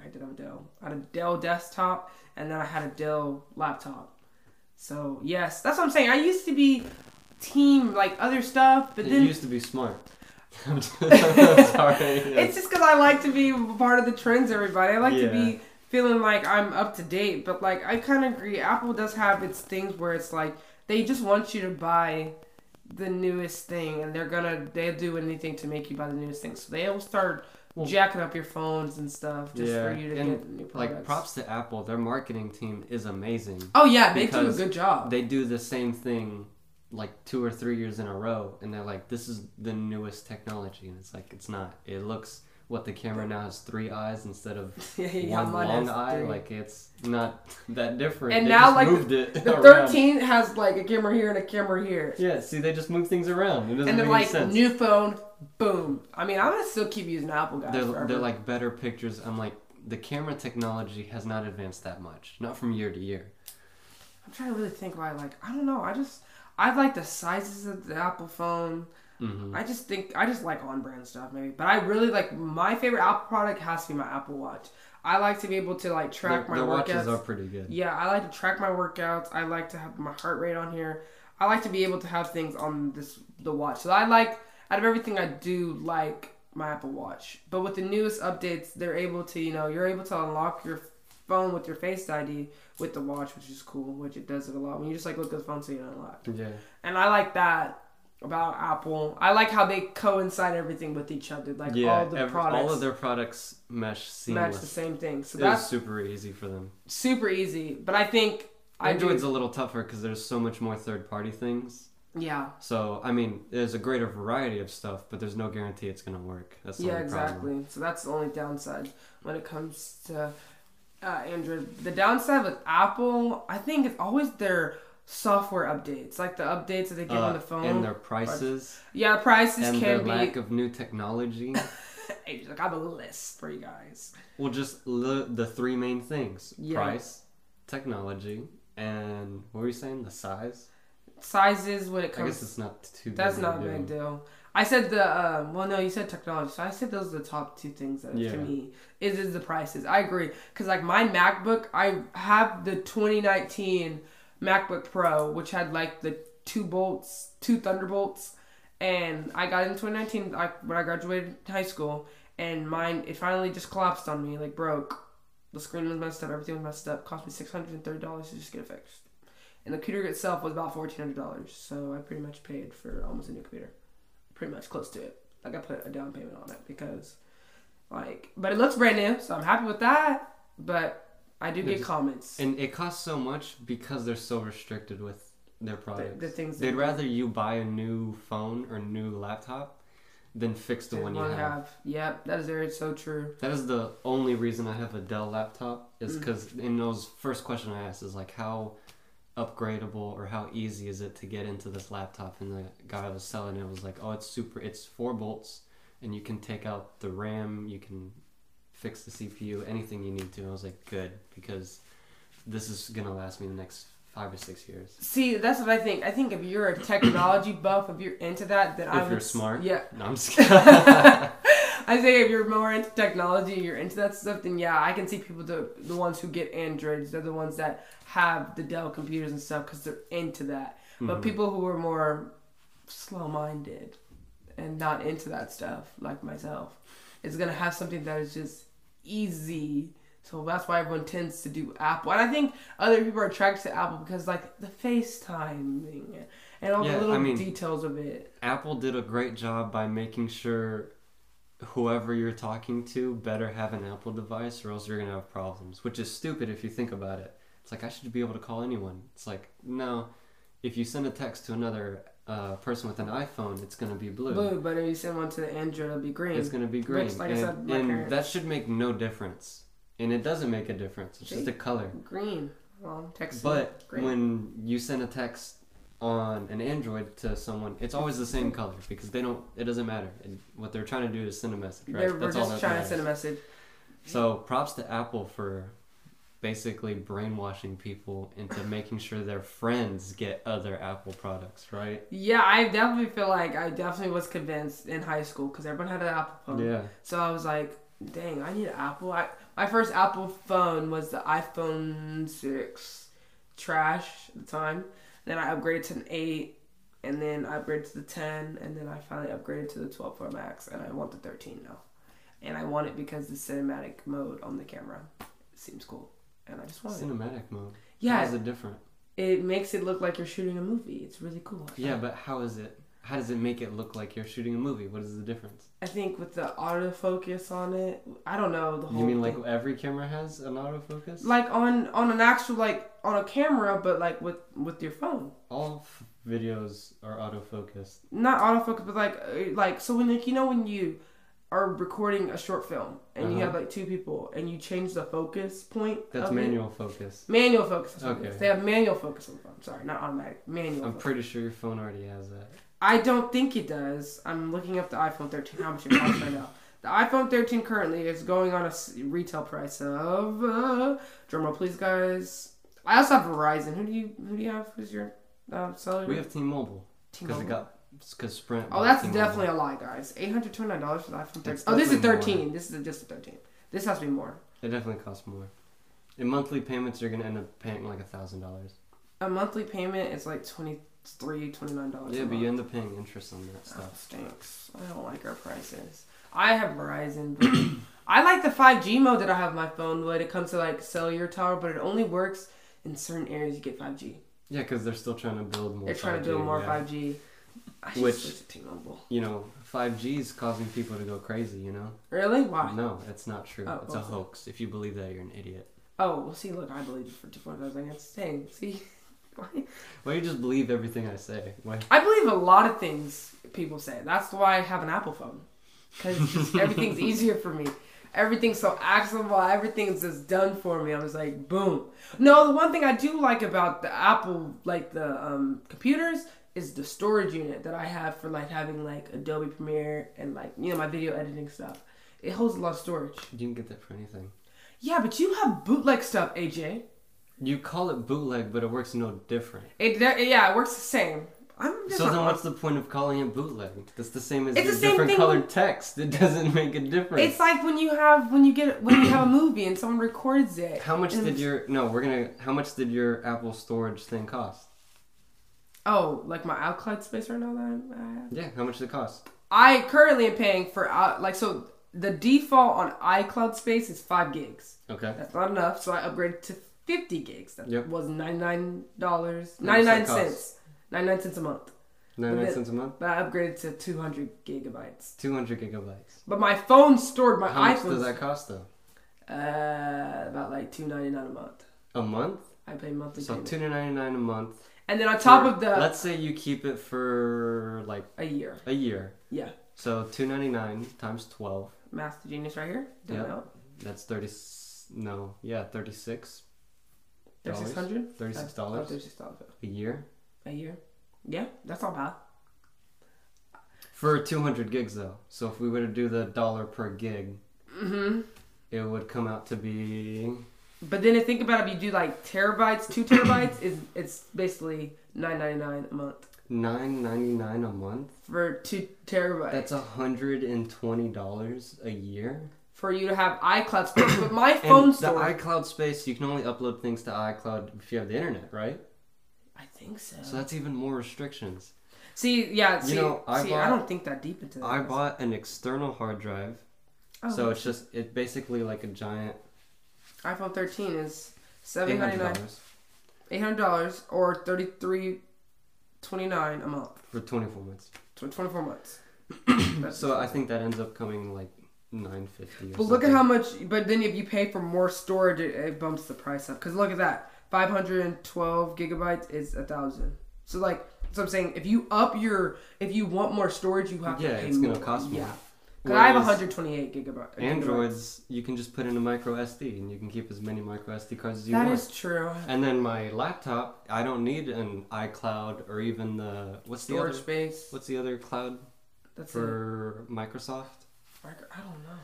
[SPEAKER 1] I did have a Dell. I had a Dell desktop, and then I had a Dell laptop. So yes, that's what I'm saying. I used to be team like other stuff, but
[SPEAKER 2] it
[SPEAKER 1] then
[SPEAKER 2] used to be smart. [laughs]
[SPEAKER 1] [laughs]
[SPEAKER 2] I'm just- sorry. yeah.
[SPEAKER 1] it's just because I like to be part of the trends, everybody. I like to
[SPEAKER 2] Yeah.
[SPEAKER 1] be feeling like I'm up to date. But like, I kind of agree. Apple does have its things where it's like they just want you to buy the newest thing, and they're gonna they'll do anything to make you buy the newest thing. So they'll start
[SPEAKER 2] Well-
[SPEAKER 1] jacking up your phones and stuff just for
[SPEAKER 2] Yeah,
[SPEAKER 1] you to
[SPEAKER 2] and,
[SPEAKER 1] get new products.
[SPEAKER 2] Like, props to Apple. Their marketing team is amazing.
[SPEAKER 1] Oh yeah, they do a
[SPEAKER 2] because
[SPEAKER 1] good job.
[SPEAKER 2] they do the same thing like two or three years in a row and they're like this is the newest technology and it's like it's not it looks what the camera now has three eyes instead of
[SPEAKER 1] [laughs] yeah, yeah,
[SPEAKER 2] one
[SPEAKER 1] mine
[SPEAKER 2] long
[SPEAKER 1] has
[SPEAKER 2] eye
[SPEAKER 1] three.
[SPEAKER 2] like it's not [laughs] that different
[SPEAKER 1] And
[SPEAKER 2] They
[SPEAKER 1] now,
[SPEAKER 2] just
[SPEAKER 1] like,
[SPEAKER 2] moved it
[SPEAKER 1] the
[SPEAKER 2] [laughs] around.
[SPEAKER 1] 13 has like a camera here and a camera here.
[SPEAKER 2] yeah see they just move things around it doesn't
[SPEAKER 1] And
[SPEAKER 2] make
[SPEAKER 1] then
[SPEAKER 2] any
[SPEAKER 1] like
[SPEAKER 2] sense
[SPEAKER 1] new phone, boom. I mean, I'm gonna still keep using Apple guys.
[SPEAKER 2] they're,
[SPEAKER 1] forever.
[SPEAKER 2] they're like better pictures i'm like the camera technology has not advanced that much not from year to year
[SPEAKER 1] I'm trying to really think why. Like, I don't know. I just I like the sizes of the Apple phone.
[SPEAKER 2] hmm
[SPEAKER 1] I just think I just like on-brand stuff, maybe. But I really like my favorite Apple product has to be my Apple Watch. I like to be able to like track my
[SPEAKER 2] their, their watches
[SPEAKER 1] workouts.
[SPEAKER 2] are pretty good
[SPEAKER 1] Yeah, I like to track my workouts. I like to have my heart rate on here. I like to be able to have things on this the watch. So I like out of everything I do like my Apple Watch. But with the newest updates, they're able to, you know, you're able to unlock your phone with your Face ID with the watch, which is cool, which it does it a lot. When you just like look at the phone so you don't unlock.
[SPEAKER 2] yeah
[SPEAKER 1] And I like that about Apple. I like how they coincide everything with each other. Like
[SPEAKER 2] yeah
[SPEAKER 1] all the
[SPEAKER 2] every-
[SPEAKER 1] products
[SPEAKER 2] all of their products mesh
[SPEAKER 1] match
[SPEAKER 2] seamlessly
[SPEAKER 1] the same thing. So
[SPEAKER 2] It was
[SPEAKER 1] that's
[SPEAKER 2] super easy for them.
[SPEAKER 1] super easy. But I think I do-
[SPEAKER 2] Android's a little tougher because there's so much more third-party things.
[SPEAKER 1] yeah.
[SPEAKER 2] So I mean, there's a greater variety of stuff, but there's no guarantee it's gonna work. That's the
[SPEAKER 1] yeah,
[SPEAKER 2] only problem.
[SPEAKER 1] exactly. So that's the only downside when it comes to uh, Android. The downside with Apple, I think, is always their software updates, like the updates that they give
[SPEAKER 2] Uh,
[SPEAKER 1] on the phone.
[SPEAKER 2] and their prices
[SPEAKER 1] yeah, prices
[SPEAKER 2] and their
[SPEAKER 1] can
[SPEAKER 2] lack
[SPEAKER 1] be.
[SPEAKER 2] of new technology.
[SPEAKER 1] [laughs] Hey, just like I have a list for you guys.
[SPEAKER 2] well, just the the three main things:
[SPEAKER 1] Yeah.
[SPEAKER 2] price, technology, and what were you saying? The size.
[SPEAKER 1] Sizes when it
[SPEAKER 2] I guess
[SPEAKER 1] comes.
[SPEAKER 2] it's not too. big
[SPEAKER 1] That's
[SPEAKER 2] of
[SPEAKER 1] not a
[SPEAKER 2] deal.
[SPEAKER 1] big deal. I said the uh, well, no, you said technology, so I said those are the top two things that
[SPEAKER 2] Yeah.
[SPEAKER 1] to me is is the prices. I agree because like my MacBook, I have the 2019 MacBook Pro, which had like the two bolts, two Thunderbolts, and I got it in 2019 like when I graduated high school, and mine it finally just collapsed on me, like broke. The screen was messed up, everything was messed up. Cost me six hundred and thirty dollars to just get it fixed. And the computer itself was about fourteen hundred dollars, so I pretty much paid for almost a new computer, pretty much close to it. Like I put a down payment on it because, like, but it looks brand new, so I'm happy with that. But I do
[SPEAKER 2] Yeah,
[SPEAKER 1] get
[SPEAKER 2] just-
[SPEAKER 1] comments.
[SPEAKER 2] And it costs so much because they're so restricted with their products.
[SPEAKER 1] the things
[SPEAKER 2] They'd
[SPEAKER 1] that-
[SPEAKER 2] rather you buy a new phone or new laptop than fix the
[SPEAKER 1] Didn't
[SPEAKER 2] one you
[SPEAKER 1] wanna
[SPEAKER 2] have.
[SPEAKER 1] Yep, that is very so true.
[SPEAKER 2] That is the only reason I have a Dell laptop is
[SPEAKER 1] Mm.
[SPEAKER 2] because in those first question I asked is like how upgradable or how easy is it to get into this laptop? And the guy was selling it was like, oh, it's super. It's four bolts, and you can take out the RAM. You can fix the CPU, anything you need to. And I was like, good because this is gonna last me the next five or six years.
[SPEAKER 1] See, that's what I think. I think if you're a technology [coughs] buff, if you're into that, then I
[SPEAKER 2] If
[SPEAKER 1] would
[SPEAKER 2] you're
[SPEAKER 1] s-
[SPEAKER 2] smart,
[SPEAKER 1] yeah.
[SPEAKER 2] No,
[SPEAKER 1] [laughs]
[SPEAKER 2] I'm just kidding.
[SPEAKER 1] I think if you're more into technology, you're into that stuff, then yeah, I can see people the the ones who get Androids, they're the ones that have the Dell computers and stuff because they're into that.
[SPEAKER 2] Mm-hmm.
[SPEAKER 1] But people who are more slow minded and not into that stuff, like myself, is gonna have something that is just easy. So that's why everyone tends to do Apple, and I think other people are attracted to Apple because like the FaceTiming and all
[SPEAKER 2] Yeah, I
[SPEAKER 1] the little
[SPEAKER 2] mean-
[SPEAKER 1] details of it.
[SPEAKER 2] Apple did a great job by making sure whoever you're talking to better have an Apple device or else you're going to have problems, which is stupid if you think about it. It's like, I should be able to call anyone. It's like, no, if you send a text to another uh, person with an iPhone, it's going to be blue.
[SPEAKER 1] Blue, but if you send one to the Android, it'll be green.
[SPEAKER 2] It's going to be green.
[SPEAKER 1] Which, like I
[SPEAKER 2] and
[SPEAKER 1] said, my
[SPEAKER 2] and
[SPEAKER 1] parents-
[SPEAKER 2] that should make no difference. And it doesn't make a difference, it's just
[SPEAKER 1] See?
[SPEAKER 2] a color.
[SPEAKER 1] Green. Well, Texas.
[SPEAKER 2] But
[SPEAKER 1] green.
[SPEAKER 2] when you send a text on an Android to someone, it's always the same color because they don't. It doesn't matter. And what they're trying to do is send a message, right?
[SPEAKER 1] They're- we're
[SPEAKER 2] That's all
[SPEAKER 1] just
[SPEAKER 2] that
[SPEAKER 1] trying to
[SPEAKER 2] matters.
[SPEAKER 1] send a message.
[SPEAKER 2] So props to Apple for basically brainwashing people
[SPEAKER 1] [laughs]
[SPEAKER 2] into making sure their friends get other Apple products, right?
[SPEAKER 1] Yeah, I definitely feel like I definitely was convinced in high school because everyone had an Apple phone.
[SPEAKER 2] Yeah.
[SPEAKER 1] So I was like, dang, I need an Apple. I, my first Apple phone was the iPhone 6 trash at the time. Then I upgraded to an 8, and then I upgraded to the 10, and then I finally upgraded to the 12 Pro Max, and I want the 13 now. And I want it because the cinematic mode on the camera seems cool. And I just want it.
[SPEAKER 2] Cinematic mode. How
[SPEAKER 1] oh. Yeah,
[SPEAKER 2] is it different?
[SPEAKER 1] it makes it look like you're shooting a movie. It's really cool.
[SPEAKER 2] Yeah, but how is it? How does it make it look like you're shooting a movie? What is the difference?
[SPEAKER 1] I think with the autofocus on it, I don't know the whole.
[SPEAKER 2] You mean like
[SPEAKER 1] thing.
[SPEAKER 2] every camera has an autofocus?
[SPEAKER 1] like on on an actual like on a camera, but like with with your phone,
[SPEAKER 2] All f- videos are autofocused.
[SPEAKER 1] not autofocus, but like uh, like so when like you know when you are recording a short film and you
[SPEAKER 2] Uh-huh.
[SPEAKER 1] have like two people and you change the focus point.
[SPEAKER 2] That's
[SPEAKER 1] of it.
[SPEAKER 2] manual focus.
[SPEAKER 1] Manual focus. that's what it
[SPEAKER 2] Okay.
[SPEAKER 1] is. They have manual focus on the phone. Sorry, not automatic. Manual.
[SPEAKER 2] I'm
[SPEAKER 1] focus.
[SPEAKER 2] pretty sure your phone already has that.
[SPEAKER 1] I don't think it does. I'm looking up the iPhone 13. How much it costs right now? The iPhone 13 currently is going on a s- retail price of uh, drumroll, please, guys. I also have Verizon. Who do you who do you have? Who's your uh, seller?
[SPEAKER 2] We have T-Mobile because
[SPEAKER 1] T-Mobile.
[SPEAKER 2] it got because Sprint.
[SPEAKER 1] Oh,
[SPEAKER 2] bought
[SPEAKER 1] that's
[SPEAKER 2] T-Mobile.
[SPEAKER 1] definitely a lie, guys. Eight hundred twenty-nine dollars for the iPhone 13.
[SPEAKER 2] That's
[SPEAKER 1] Oh, this is
[SPEAKER 2] definitely
[SPEAKER 1] 13. This is just a 13. This has to be more.
[SPEAKER 2] It definitely costs more. In monthly payments, you're gonna end up paying like a thousand dollars.
[SPEAKER 1] A monthly payment is like 23 dollars.
[SPEAKER 2] Yeah, but you end up paying interest on that
[SPEAKER 1] Oh,
[SPEAKER 2] stuff.
[SPEAKER 1] stinks. I don't like our prices. I have Verizon. But [clears throat] I like the 5G mode that I have my phone with. It comes to like cellular tower, but it only works in certain areas you get 5G.
[SPEAKER 2] Yeah, because they're still trying to build more.
[SPEAKER 1] They're trying
[SPEAKER 2] 5G,
[SPEAKER 1] to build more
[SPEAKER 2] yeah.
[SPEAKER 1] 5G. I should
[SPEAKER 2] Which-
[SPEAKER 1] switch to T-Mobile.
[SPEAKER 2] You know, five G is causing people to go crazy. You know.
[SPEAKER 1] Really? Why?
[SPEAKER 2] No, that's not true.
[SPEAKER 1] Oh,
[SPEAKER 2] it's a
[SPEAKER 1] okay.
[SPEAKER 2] hoax. If you believe that, you're an idiot.
[SPEAKER 1] Oh, well, see, look, I believe it for different those things. It's saying, see? [laughs]
[SPEAKER 2] Why you just believe everything I say? Why?
[SPEAKER 1] I believe a lot of things people say. That's why I have an Apple phone.
[SPEAKER 2] [laughs]
[SPEAKER 1] Because everything's easier for me. Everything's so accessible. Everything's just done for me. I was like, boom. No, the one thing I do like about the Apple, like the um, computers, is the storage unit that I have for like having like Adobe Premiere and like, you know, my video editing stuff. It holds a lot of storage.
[SPEAKER 2] You didn't get that for anything.
[SPEAKER 1] Yeah, but you have bootleg stuff, AJ.
[SPEAKER 2] You call it bootleg, but it works no different.
[SPEAKER 1] It, that- yeah, it works the same. I'm just
[SPEAKER 2] So
[SPEAKER 1] not
[SPEAKER 2] then, what's the point of calling it bootleg? That's the same as
[SPEAKER 1] It's
[SPEAKER 2] your
[SPEAKER 1] the same
[SPEAKER 2] different
[SPEAKER 1] thing.
[SPEAKER 2] colored text. It doesn't make a difference.
[SPEAKER 1] It's like when you have when you get when you have a movie and someone records it.
[SPEAKER 2] how much
[SPEAKER 1] and-
[SPEAKER 2] did your no? We're gonna. How much did your Apple storage thing cost?
[SPEAKER 1] Oh, like my iCloud space right now that I'm, I have.
[SPEAKER 2] Yeah, how much did it cost?
[SPEAKER 1] I currently am paying for out uh, like so the default on iCloud space is five gigs.
[SPEAKER 2] Okay.
[SPEAKER 1] That's not enough, so I upgraded to fifty gigs. That
[SPEAKER 2] Yep.
[SPEAKER 1] was ninety nine dollars,
[SPEAKER 2] How much
[SPEAKER 1] ninety
[SPEAKER 2] that
[SPEAKER 1] nine
[SPEAKER 2] cost?
[SPEAKER 1] cents, ninety nine cents a month.
[SPEAKER 2] Ninety nine
[SPEAKER 1] But-
[SPEAKER 2] cents a month.
[SPEAKER 1] But I upgraded to two hundred gigabytes.
[SPEAKER 2] Two hundred gigabytes.
[SPEAKER 1] But my phone stored my
[SPEAKER 2] How much
[SPEAKER 1] iPhone.
[SPEAKER 2] does that cost though?
[SPEAKER 1] Uh, about like two ninety nine a month.
[SPEAKER 2] A month?
[SPEAKER 1] I pay monthly
[SPEAKER 2] So
[SPEAKER 1] payment.
[SPEAKER 2] two ninety nine a month.
[SPEAKER 1] and then on top
[SPEAKER 2] for-
[SPEAKER 1] of the
[SPEAKER 2] Let's say you keep it for like
[SPEAKER 1] a year,
[SPEAKER 2] a year.
[SPEAKER 1] yeah,
[SPEAKER 2] So two ninety nine times twelve.
[SPEAKER 1] master genius right here. Don't
[SPEAKER 2] Yep.
[SPEAKER 1] know.
[SPEAKER 2] That's thirty. s- No, yeah, thirty six.
[SPEAKER 1] They're six hundred.
[SPEAKER 2] Thirty six dollars
[SPEAKER 1] Thirty six dollars
[SPEAKER 2] a year
[SPEAKER 1] a year. Yeah, that's not bad.
[SPEAKER 2] for two hundred gigs though. So if we were to do the dollar per gig,
[SPEAKER 1] Mm-hmm.
[SPEAKER 2] it would come out to be
[SPEAKER 1] But then to think about it, if you do like terabytes, two terabytes, is it's basically nine ninety nine a month
[SPEAKER 2] nine ninety nine a month.
[SPEAKER 1] for two terabytes.
[SPEAKER 2] That's a hundred and twenty dollars a year.
[SPEAKER 1] for you to have iCloud space. But my
[SPEAKER 2] And
[SPEAKER 1] phone
[SPEAKER 2] the
[SPEAKER 1] store, I,
[SPEAKER 2] iCloud space, you can only upload things to iCloud if you have the internet, right?
[SPEAKER 1] think so.
[SPEAKER 2] So that's even more restrictions.
[SPEAKER 1] see, yeah, see,
[SPEAKER 2] know, I
[SPEAKER 1] see,
[SPEAKER 2] bought-
[SPEAKER 1] I don't think that deep into.
[SPEAKER 2] I
[SPEAKER 1] this.
[SPEAKER 2] bought an external hard drive,
[SPEAKER 1] Oh,
[SPEAKER 2] so it's just it's basically like a giant
[SPEAKER 1] iPhone thirteen is
[SPEAKER 2] eight
[SPEAKER 1] seven ninety
[SPEAKER 2] hundred
[SPEAKER 1] nine,
[SPEAKER 2] dollars
[SPEAKER 1] eight hundred dollars, or thirty three twenty nine a month
[SPEAKER 2] for twenty four months.
[SPEAKER 1] for twenty four months.
[SPEAKER 2] [coughs]
[SPEAKER 1] That's-
[SPEAKER 2] So I think that ends up coming like nine fifty.
[SPEAKER 1] But look at how much. But then if you pay for more storage, it, it bumps the price up. Cause look at that, five hundred and twelve gigabytes is a thousand. So like, so I'm saying, if you up your, if you want more storage, you have
[SPEAKER 2] Yeah,
[SPEAKER 1] to pay
[SPEAKER 2] it's
[SPEAKER 1] more.
[SPEAKER 2] gonna cost more.
[SPEAKER 1] Yeah. Cause I have
[SPEAKER 2] Whereas
[SPEAKER 1] 128 gigabyte.
[SPEAKER 2] Androids, you can just put in a micro SD and you can keep as many micro SD cards as you
[SPEAKER 1] That
[SPEAKER 2] want. Uh,
[SPEAKER 1] is true.
[SPEAKER 2] And then my laptop, I don't need an iCloud or even the what's the
[SPEAKER 1] Storage
[SPEAKER 2] other
[SPEAKER 1] space.
[SPEAKER 2] what's the other cloud
[SPEAKER 1] That's it.
[SPEAKER 2] for Microsoft?
[SPEAKER 1] Micro- I don't know.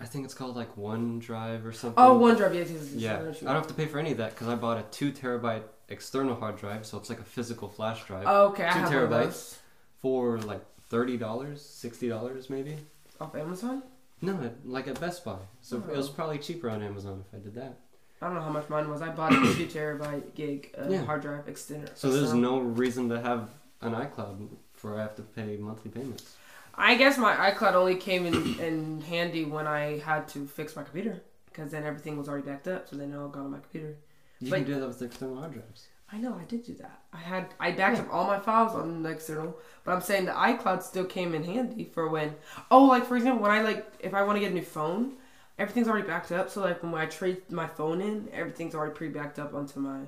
[SPEAKER 2] I think it's called like OneDrive or something.
[SPEAKER 1] Oh, OneDrive. Yes, yes, yes,
[SPEAKER 2] Yeah, I
[SPEAKER 1] know what
[SPEAKER 2] don't
[SPEAKER 1] you
[SPEAKER 2] have to pay for any of that because I bought a two terabyte external hard drive, so it's like a physical flash drive
[SPEAKER 1] Oh, okay, I
[SPEAKER 2] two
[SPEAKER 1] have one of
[SPEAKER 2] terabytes.
[SPEAKER 1] those.
[SPEAKER 2] for like thirty dollars, sixty dollars maybe.
[SPEAKER 1] off Amazon.
[SPEAKER 2] No, at- like at Best Buy, so it
[SPEAKER 1] Oh.
[SPEAKER 2] was probably cheaper on Amazon if I did that.
[SPEAKER 1] I don't know how much mine was. I bought a [coughs] two terabyte gig uh,
[SPEAKER 2] Yeah.
[SPEAKER 1] hard drive extender.
[SPEAKER 2] So there's no reason to have an iCloud for I have to pay monthly payments.
[SPEAKER 1] I guess my iCloud only came in, [clears throat] in handy when I had to fix my computer because then everything was already backed up, so then it all got on my computer.
[SPEAKER 2] You
[SPEAKER 1] But-
[SPEAKER 2] can do that with external hard drives.
[SPEAKER 1] I know I did do that. I had I backed up all my files on the external, but I'm saying the iCloud still came in handy for when oh like for example when I like if I want to get a new phone, everything's already backed up. So like when I trade my phone in, everything's already pre backed up onto my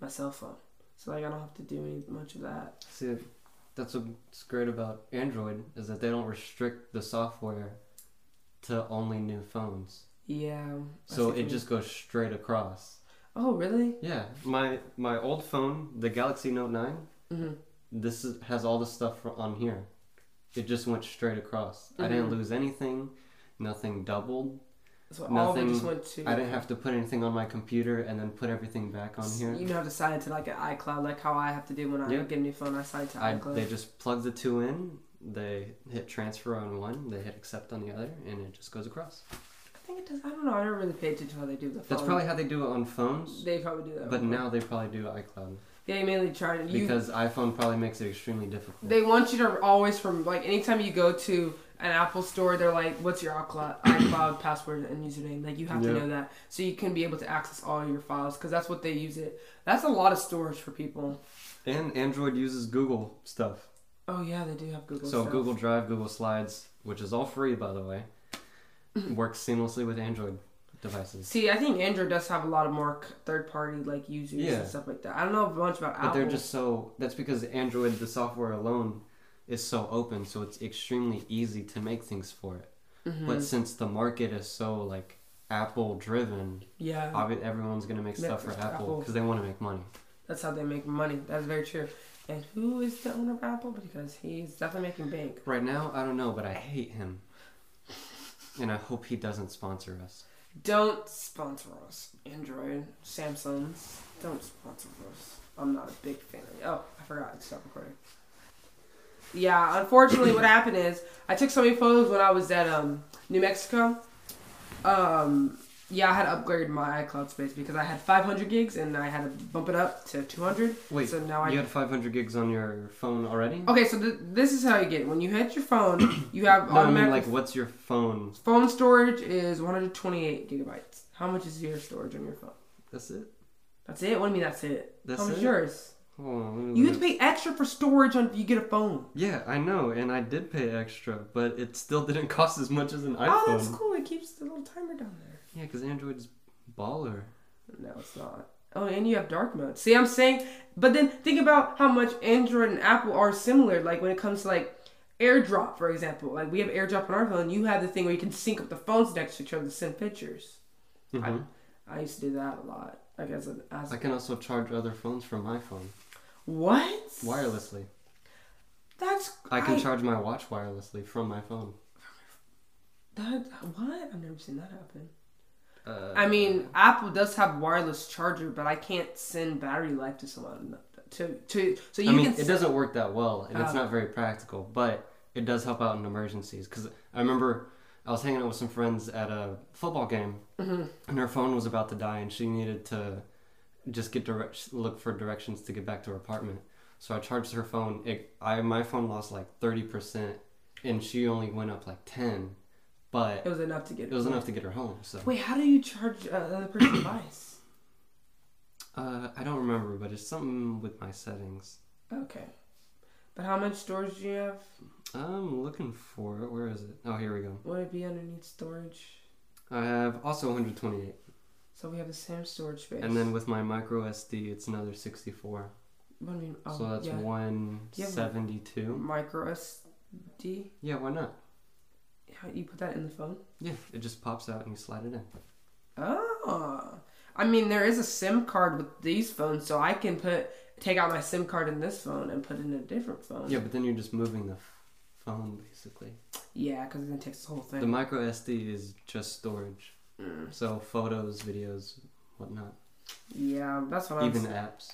[SPEAKER 1] my cell phone. So like I don't have to do any much of that.
[SPEAKER 2] See, that's what's great about Android is that they don't restrict the software to only new phones.
[SPEAKER 1] Yeah. I see
[SPEAKER 2] So
[SPEAKER 1] what you
[SPEAKER 2] it just goes straight across.
[SPEAKER 1] mean. oh really
[SPEAKER 2] Yeah, my my old phone, the Galaxy Note 9,
[SPEAKER 1] Mhm.
[SPEAKER 2] this is, has all the stuff for, on here. It just went straight across. I
[SPEAKER 1] Mhm.
[SPEAKER 2] didn't lose anything. Nothing doubled.
[SPEAKER 1] so all of it
[SPEAKER 2] Nothing-
[SPEAKER 1] just went to
[SPEAKER 2] I didn't have to put anything on my computer and then put everything back on here.
[SPEAKER 1] You know how to sign into like an iCloud, like how I have to do when I
[SPEAKER 2] Yeah.
[SPEAKER 1] get a new phone. I sign to
[SPEAKER 2] I,
[SPEAKER 1] iCloud.
[SPEAKER 2] they just plug the two in. They hit transfer on one. They hit accept on the other, and it just goes across.
[SPEAKER 1] I think it does. I don't know. I never really paid attention to how they do the phone.
[SPEAKER 2] That's probably how they do it on phones.
[SPEAKER 1] Oh. they probably do that.
[SPEAKER 2] But
[SPEAKER 1] one.
[SPEAKER 2] now they probably do iCloud
[SPEAKER 1] they mainly try to you.
[SPEAKER 2] because iPhone probably makes it extremely difficult.
[SPEAKER 1] they want you to always from like anytime you go to an Apple store, they're like, "What's your iCloud,
[SPEAKER 2] [coughs]
[SPEAKER 1] iCloud password and username?" Like you have
[SPEAKER 2] Yeah.
[SPEAKER 1] to know that so you can be able to access all your files because that's what they use it. That's a lot of storage for people.
[SPEAKER 2] and Android uses Google stuff.
[SPEAKER 1] Oh yeah, they do have Google.
[SPEAKER 2] So
[SPEAKER 1] stuff.
[SPEAKER 2] Google Drive, Google Slides, which is all free by the
[SPEAKER 1] [laughs]
[SPEAKER 2] way, works seamlessly with Android devices.
[SPEAKER 1] See, I think Android does have a lot of more third-party like users
[SPEAKER 2] Yeah.
[SPEAKER 1] and stuff like that. I don't know much about Apple.
[SPEAKER 2] But they're just so that's because Android the software alone is so open, so it's extremely easy to make things for it.
[SPEAKER 1] Mhm.
[SPEAKER 2] But since the market is so like Apple driven,
[SPEAKER 1] yeah.
[SPEAKER 2] obvi- everyone's going to make stuff for
[SPEAKER 1] Yeah,
[SPEAKER 2] Apple
[SPEAKER 1] Apple.
[SPEAKER 2] because they want to make money.
[SPEAKER 1] That's how they make money. That's very true. And who is the owner of Apple? Because he's definitely making bank.
[SPEAKER 2] Right now, I don't know, but I hate him. And I hope he doesn't sponsor us.
[SPEAKER 1] Don't sponsor us, Android, Samsungs. Don't sponsor us. I'm not a big fan of Oh, I forgot. Stop recording. Yeah, unfortunately, what happened is I took so many photos when I was at um, New Mexico. Um, yeah, I had to upgrade my iCloud space because I had 500 gigs and I had to bump it up to 200.
[SPEAKER 2] Wait,
[SPEAKER 1] so now I Oh,
[SPEAKER 2] you had 500 gigs on your phone already?
[SPEAKER 1] okay. So th- this is how you get it. when you hit your
[SPEAKER 2] [coughs]
[SPEAKER 1] phone, you have
[SPEAKER 2] no, I
[SPEAKER 1] automatic
[SPEAKER 2] mean like what's your phone?
[SPEAKER 1] phone storage is 128 gigabytes. How much is your storage on your phone?
[SPEAKER 2] That's it.
[SPEAKER 1] That's it. What do you mean that's it?
[SPEAKER 2] That's
[SPEAKER 1] how much
[SPEAKER 2] it?
[SPEAKER 1] is yours?
[SPEAKER 2] Hold on, let me
[SPEAKER 1] You
[SPEAKER 2] look
[SPEAKER 1] have to pay extra for storage on you get a phone.
[SPEAKER 2] Yeah, I know, and I did pay extra, but it still [laughs] didn't cost as much as an iPhone.
[SPEAKER 1] Oh, that's cool. It keeps the little timer down there.
[SPEAKER 2] Yeah, because Android's baller.
[SPEAKER 1] No, it's not. Oh, and you have dark mode. See, I'm saying, but then think about how much Android and Apple are similar. Like when it comes to like AirDrop, for example. Like we have AirDrop on our phone. You have the thing where you can sync up the phones next to each other to send pictures.
[SPEAKER 2] Mhm.
[SPEAKER 1] I used to do that a lot. Like as a as
[SPEAKER 2] I can also charge other phones from my phone
[SPEAKER 1] what?
[SPEAKER 2] wirelessly.
[SPEAKER 1] That's
[SPEAKER 2] I can charge my watch wirelessly from my phone.
[SPEAKER 1] that. What? I've never seen that happen.
[SPEAKER 2] Uh,
[SPEAKER 1] I mean, Apple does have wireless charger, but I can't send battery life to someone to to. So you
[SPEAKER 2] I mean,
[SPEAKER 1] can.
[SPEAKER 2] it doesn't work that well, and it's
[SPEAKER 1] Oh.
[SPEAKER 2] not very practical, but it does help out in emergencies. Because I remember I was hanging out with some friends at a football game,
[SPEAKER 1] Mm-hmm.
[SPEAKER 2] and her phone was about to die, and she needed to just get direct look for directions to get back to her apartment. So I charged her phone. It, I my phone lost like thirty percent, and she only went up like ten, but
[SPEAKER 1] It was enough to get
[SPEAKER 2] it was enough to get her home. So
[SPEAKER 1] Wait, how do you charge uh, another
[SPEAKER 2] [coughs]
[SPEAKER 1] person's device?
[SPEAKER 2] uh, I don't remember, but it's something with my settings.
[SPEAKER 1] Okay. But how much storage do you have?
[SPEAKER 2] I'm looking for it. Where is it? Oh, here we go.
[SPEAKER 1] Would it be underneath storage?
[SPEAKER 2] I have also 128,
[SPEAKER 1] So we have the same storage space.
[SPEAKER 2] and then with my micro SD, it's another 64.
[SPEAKER 1] what do you mean? Oh,
[SPEAKER 2] so that's
[SPEAKER 1] yeah.
[SPEAKER 2] 172.
[SPEAKER 1] micro SD.
[SPEAKER 2] Yeah, why not?
[SPEAKER 1] How you put that in the phone?
[SPEAKER 2] Yeah, it just pops out and you slide it in.
[SPEAKER 1] Oh. I mean, there is a SIM card with these phones, so I can put take out my SIM card in this phone and put it in a different phone.
[SPEAKER 2] Yeah, but then you're just moving the f- phone basically.
[SPEAKER 1] Yeah, because then it takes the whole
[SPEAKER 2] The
[SPEAKER 1] thing.
[SPEAKER 2] micro SD is just storage,
[SPEAKER 1] Mm.
[SPEAKER 2] so photos, videos, whatnot,
[SPEAKER 1] Yeah, that's what I'm
[SPEAKER 2] even
[SPEAKER 1] saying.
[SPEAKER 2] apps.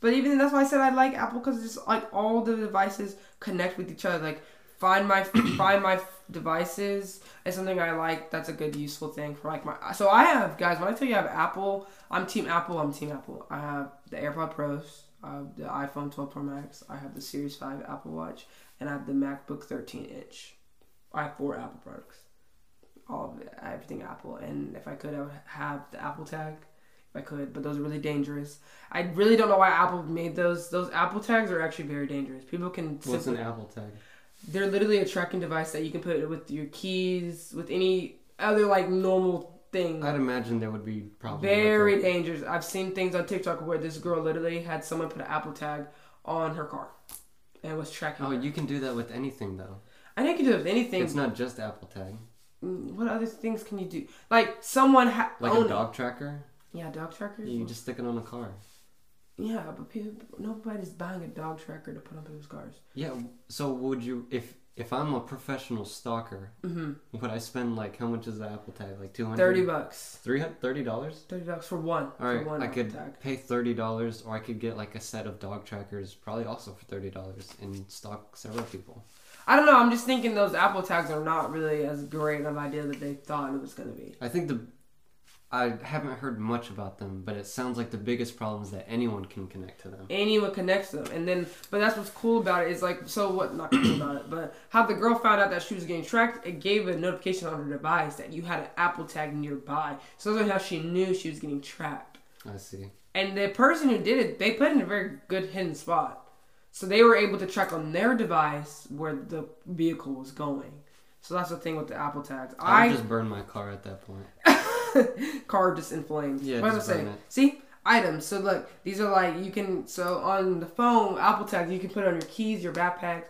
[SPEAKER 1] But even that's why I said I like Apple because it's like all the devices connect with each other. Like find my [coughs] find my devices is something I like. That's a good useful thing for like my. So I have guys. When I tell you I have Apple, I'm Team Apple. I'm Team Apple. I have the AirPod Pros. I have the iPhone 12 Pro Max. I have the Series 5 Apple Watch, and I have the MacBook 13 inch. I have four Apple products. All of it, everything Apple. And if I could, I would have the Apple tag. If I could, but those are really dangerous. I really don't know why Apple made those. Those Apple tags are actually very dangerous. People can.
[SPEAKER 2] What's
[SPEAKER 1] simply-
[SPEAKER 2] an Apple tag?
[SPEAKER 1] they're literally a tracking device that you can put with your keys, with any other like normal thing.
[SPEAKER 2] I'd imagine there would be problems. with
[SPEAKER 1] Very
[SPEAKER 2] that.
[SPEAKER 1] dangerous. I've seen things on TikTok where this girl literally had someone put an Apple tag on her car and was tracking.
[SPEAKER 2] Oh,
[SPEAKER 1] her.
[SPEAKER 2] you can do that with anything though.
[SPEAKER 1] I think you do it with anything.
[SPEAKER 2] It's not just Apple tag.
[SPEAKER 1] Mm, What other things can you do? Like someone ha-
[SPEAKER 2] Like
[SPEAKER 1] own-
[SPEAKER 2] a dog tracker,
[SPEAKER 1] Yeah, dog trackers.
[SPEAKER 2] you just stick it on a car.
[SPEAKER 1] Yeah, but people, nobody's buying a dog tracker to put on people's cars.
[SPEAKER 2] Yeah. So would you if if I'm a professional stalker,
[SPEAKER 1] Mm-hmm.
[SPEAKER 2] would I spend like how much is the Apple tag? Like two hundred.
[SPEAKER 1] Thirty bucks.
[SPEAKER 2] Three hundred thirty dollars.
[SPEAKER 1] Thirty bucks for one.
[SPEAKER 2] All
[SPEAKER 1] for
[SPEAKER 2] right,
[SPEAKER 1] one
[SPEAKER 2] I
[SPEAKER 1] Apple
[SPEAKER 2] could
[SPEAKER 1] tag.
[SPEAKER 2] pay thirty dollars, or I could get like a set of dog trackers, probably also for thirty dollars, and stalk several people.
[SPEAKER 1] I don't know. I'm just thinking those Apple tags are not really as great of an idea that they thought it was gonna be.
[SPEAKER 2] I think the I haven't heard much about them, but it sounds like the biggest problem is that anyone can connect to them.
[SPEAKER 1] anyone connects them. And then, but that's what's cool about it is like, so what? Not cool about it, but how the girl found out that she was getting tracked, it gave a notification on her device that you had an Apple tag nearby. So that's how she knew she was getting tracked.
[SPEAKER 2] I see.
[SPEAKER 1] And the person who did it, they put it in a very good hidden spot. So they were able to track on their device where the vehicle was going. So that's the thing with the Apple tags.
[SPEAKER 2] I
[SPEAKER 1] I
[SPEAKER 2] would just burn my car at that point.
[SPEAKER 1] car just in flames.
[SPEAKER 2] Yeah,
[SPEAKER 1] what was
[SPEAKER 2] just
[SPEAKER 1] I
[SPEAKER 2] burn
[SPEAKER 1] saying?
[SPEAKER 2] it.
[SPEAKER 1] See items. So look, these are like you can. So on the phone, Apple Tag, you can put on your keys, your backpack,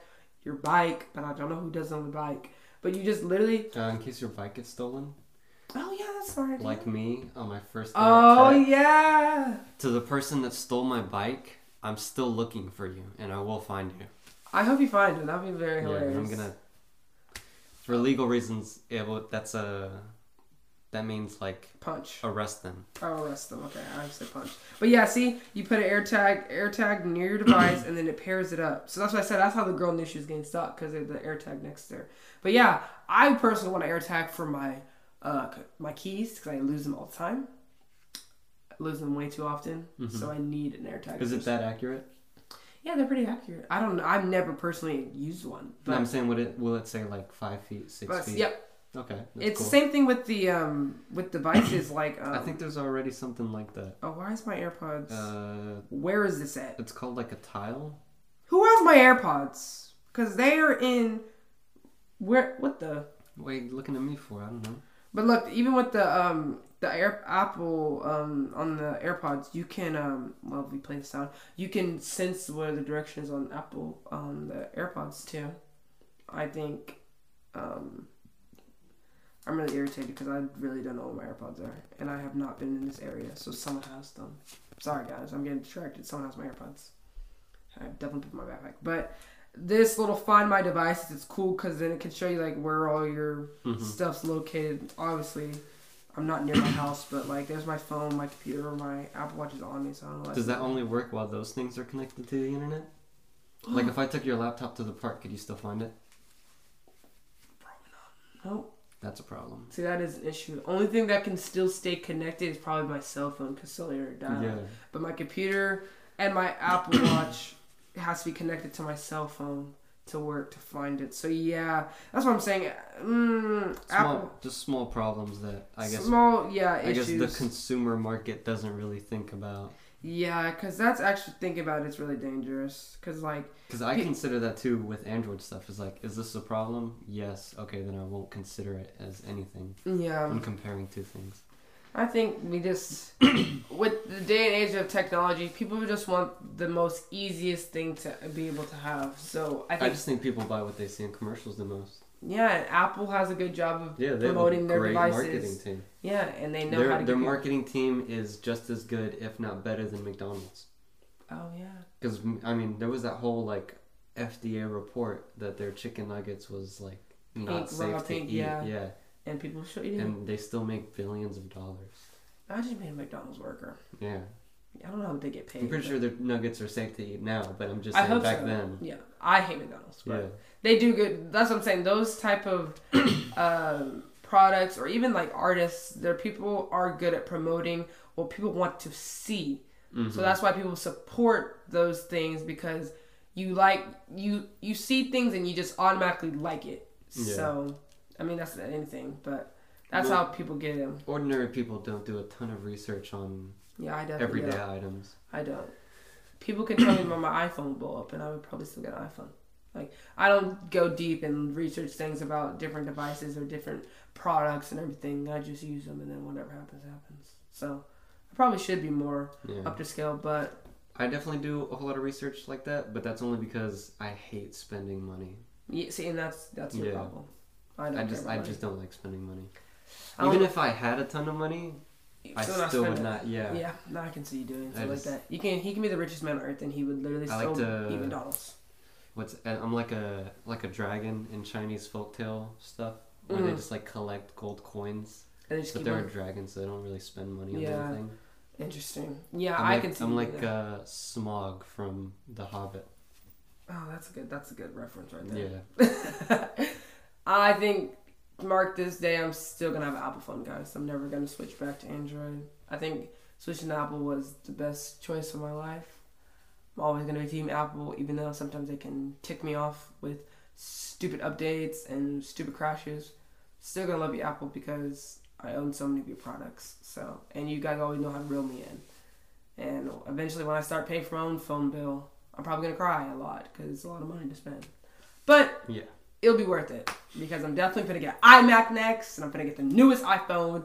[SPEAKER 1] your bike. But I don't know who does it on the bike. But you just literally.
[SPEAKER 2] Uh, in case your bike gets stolen,
[SPEAKER 1] Oh yeah, that's right.
[SPEAKER 2] like me on my first. day at
[SPEAKER 1] Oh
[SPEAKER 2] Tech.
[SPEAKER 1] yeah.
[SPEAKER 2] To the person that stole my bike, I'm still looking for you, and I will find you.
[SPEAKER 1] I hope you find it. That'd be very
[SPEAKER 2] Yeah,
[SPEAKER 1] hilarious.
[SPEAKER 2] and I'm gonna. For legal reasons, it will, that's a. That means like
[SPEAKER 1] punch.
[SPEAKER 2] arrest them.
[SPEAKER 1] Oh, arrest them. Okay, I said punch. But yeah, see, you put an air tag, air tag near your device, and then it pairs it up. So that's why I said that's how the girl knew she was getting stuck because of the air tag next to her. But yeah, I personally want an air tag for my uh, c- my keys because I lose them all the time. I lose them way too often, so I need an AirTag.
[SPEAKER 2] Mm-hmm. Is it that accurate?
[SPEAKER 1] Yeah, they're pretty accurate. I don't. I've never personally used one,
[SPEAKER 2] No,
[SPEAKER 1] but
[SPEAKER 2] I'm saying would it will it say like five feet, six
[SPEAKER 1] but
[SPEAKER 2] feet?
[SPEAKER 1] yep,
[SPEAKER 2] Okay. That's
[SPEAKER 1] it's
[SPEAKER 2] cool.
[SPEAKER 1] the same thing with the um with devices like um,
[SPEAKER 2] I think there's already something like that.
[SPEAKER 1] Oh, why is my AirPods?
[SPEAKER 2] Uh,
[SPEAKER 1] Where is this at?
[SPEAKER 2] it's called like a tile.
[SPEAKER 1] Who has my AirPods? Because they are in. Where? What the?
[SPEAKER 2] What are you looking at me for? I don't know.
[SPEAKER 1] But look, even with the um the Air, Apple um on the AirPods, you can um well if we play the sound, you can sense where the direction is on Apple on the AirPods too. I think um I'm really irritated because I really don't know what my AirPods are, and I have not been in this area, so someone has them. Sorry guys, I'm getting distracted. Someone has my AirPods. I definitely put in my backpack, but. This little find my devices, it's cool because then it can show you like where all your
[SPEAKER 2] Mm-hmm.
[SPEAKER 1] stuff's located. Obviously, I'm not near
[SPEAKER 2] [coughs]
[SPEAKER 1] my house, but like there's my phone, my computer, my Apple Watch is on me, so I don't know.
[SPEAKER 2] Does that only work while those things are connected to the internet? Like if I took your laptop to the park, could you still find it?
[SPEAKER 1] Nope.
[SPEAKER 2] That's a problem.
[SPEAKER 1] Oh, See, that is an issue. The only thing that can still stay connected is probably my cell phone because cellular dial.
[SPEAKER 2] Yeah.
[SPEAKER 1] But my computer and my
[SPEAKER 2] [coughs]
[SPEAKER 1] Apple Watch has to be connected to my cell phone to work to find it. So yeah, that's what I'm saying. Mm, Apple.
[SPEAKER 2] Small, just small problems that I guess
[SPEAKER 1] small, yeah,
[SPEAKER 2] I guess
[SPEAKER 1] issues.
[SPEAKER 2] the consumer market doesn't really think about.
[SPEAKER 1] yeah, because that's actually think about it, it's really dangerous. Because like
[SPEAKER 2] Because I
[SPEAKER 1] Pe-
[SPEAKER 2] consider that too with Android stuff. Is like, is this a problem? Yes. Okay, then I won't consider it as anything.
[SPEAKER 1] yeah,
[SPEAKER 2] I'm comparing two things.
[SPEAKER 1] I think we
[SPEAKER 2] [clears throat]
[SPEAKER 1] just, with the day and age of technology, people just want the most easiest thing to be able to have. So I
[SPEAKER 2] I
[SPEAKER 1] think,
[SPEAKER 2] just think people buy what they see in commercials the most.
[SPEAKER 1] yeah, and Apple has a good job of
[SPEAKER 2] Yeah, they have a
[SPEAKER 1] promoting their
[SPEAKER 2] great
[SPEAKER 1] devices.
[SPEAKER 2] marketing team.
[SPEAKER 1] Yeah, and they know how
[SPEAKER 2] Their,
[SPEAKER 1] to
[SPEAKER 2] their
[SPEAKER 1] get
[SPEAKER 2] marketing team is just as good, if not better, than McDonald's.
[SPEAKER 1] people- Oh yeah,
[SPEAKER 2] Because I mean, there was that whole like FDA report that their chicken nuggets was like not
[SPEAKER 1] Pink,
[SPEAKER 2] safe
[SPEAKER 1] raw
[SPEAKER 2] to
[SPEAKER 1] pink,
[SPEAKER 2] eat.
[SPEAKER 1] yeah.
[SPEAKER 2] yeah,
[SPEAKER 1] and people should eat it.
[SPEAKER 2] and they still make billions of dollars.
[SPEAKER 1] I just made a McDonald's worker.
[SPEAKER 2] Yeah.
[SPEAKER 1] I don't know how they get paid.
[SPEAKER 2] I'm pretty
[SPEAKER 1] but-
[SPEAKER 2] sure their nuggets are safe to eat now, but I'm just
[SPEAKER 1] I
[SPEAKER 2] saying
[SPEAKER 1] hope
[SPEAKER 2] back
[SPEAKER 1] so.
[SPEAKER 2] then.
[SPEAKER 1] Yeah, I hate McDonald's, but
[SPEAKER 2] Yeah.
[SPEAKER 1] they do good. That's what I'm saying. Those type
[SPEAKER 2] [clears throat]
[SPEAKER 1] of um, products, or even like artists, their people are good at promoting what people want to see.
[SPEAKER 2] Mm-hmm.
[SPEAKER 1] So that's why people support those things because you like you you see things and you just automatically like it.
[SPEAKER 2] Yeah.
[SPEAKER 1] So I mean that's not anything, but that's
[SPEAKER 2] Well-
[SPEAKER 1] how people get them.
[SPEAKER 2] Ordinary people don't do a ton of research on
[SPEAKER 1] Yeah, I definitely
[SPEAKER 2] everyday
[SPEAKER 1] don't.
[SPEAKER 2] items.
[SPEAKER 1] I don't. People can tell me when my iPhone will blow up, and I would probably still get an iPhone. Like I don't go deep and research things about different devices or different products and everything. I just use them, and then whatever happens, happens. So I probably should be more
[SPEAKER 2] Yeah.
[SPEAKER 1] up to scale, but
[SPEAKER 2] I definitely do a whole lot of research like that, but that's only because I hate spending money.
[SPEAKER 1] yeah, see, and that's that's your
[SPEAKER 2] Yeah.
[SPEAKER 1] problem. I don't.
[SPEAKER 2] I
[SPEAKER 1] care
[SPEAKER 2] just
[SPEAKER 1] about
[SPEAKER 2] I
[SPEAKER 1] money.
[SPEAKER 2] just don't like spending money.
[SPEAKER 1] I
[SPEAKER 2] Even
[SPEAKER 1] don't-
[SPEAKER 2] if I had a ton of money, I
[SPEAKER 1] Still not
[SPEAKER 2] still would
[SPEAKER 1] spending.
[SPEAKER 2] not. Yeah.
[SPEAKER 1] Yeah, now I can see you doing
[SPEAKER 2] I
[SPEAKER 1] something
[SPEAKER 2] just-
[SPEAKER 1] like that. You can. He can be the richest man on earth, and he would literally
[SPEAKER 2] I like
[SPEAKER 1] still
[SPEAKER 2] to-
[SPEAKER 1] eat McDonald's.
[SPEAKER 2] What's and I'm like a like a dragon in Chinese folktale stuff where they
[SPEAKER 1] Mm.
[SPEAKER 2] just like collect gold coins,
[SPEAKER 1] And they just
[SPEAKER 2] but
[SPEAKER 1] keep
[SPEAKER 2] they're
[SPEAKER 1] on.
[SPEAKER 2] a dragon, so they don't really spend money on
[SPEAKER 1] Yeah.
[SPEAKER 2] anything.
[SPEAKER 1] Interesting. Yeah,
[SPEAKER 2] I'm
[SPEAKER 1] i
[SPEAKER 2] like,
[SPEAKER 1] can see.
[SPEAKER 2] I'm
[SPEAKER 1] you
[SPEAKER 2] like
[SPEAKER 1] doing that.
[SPEAKER 2] uh, Smog from The Hobbit. uh,
[SPEAKER 1] oh, that's a good. That's a good reference right there.
[SPEAKER 2] Yeah.
[SPEAKER 1] [laughs] I think mark this day I'm still gonna have an Apple phone, guys. I'm never gonna switch back to Android. I think switching to Apple was the best choice of my life. I'm always gonna be team Apple, even though sometimes they can tick me off with stupid updates and stupid crashes. Still gonna love you, Apple, because I own so many of your products. So and you guys always know how to reel me in. And eventually, when I start paying for my own phone bill, I'm probably gonna cry a lot because it's a lot of money to spend. But
[SPEAKER 2] Yeah.
[SPEAKER 1] it'll be worth it because I'm definitely gonna get iMac next, and I'm gonna get the newest iPhone.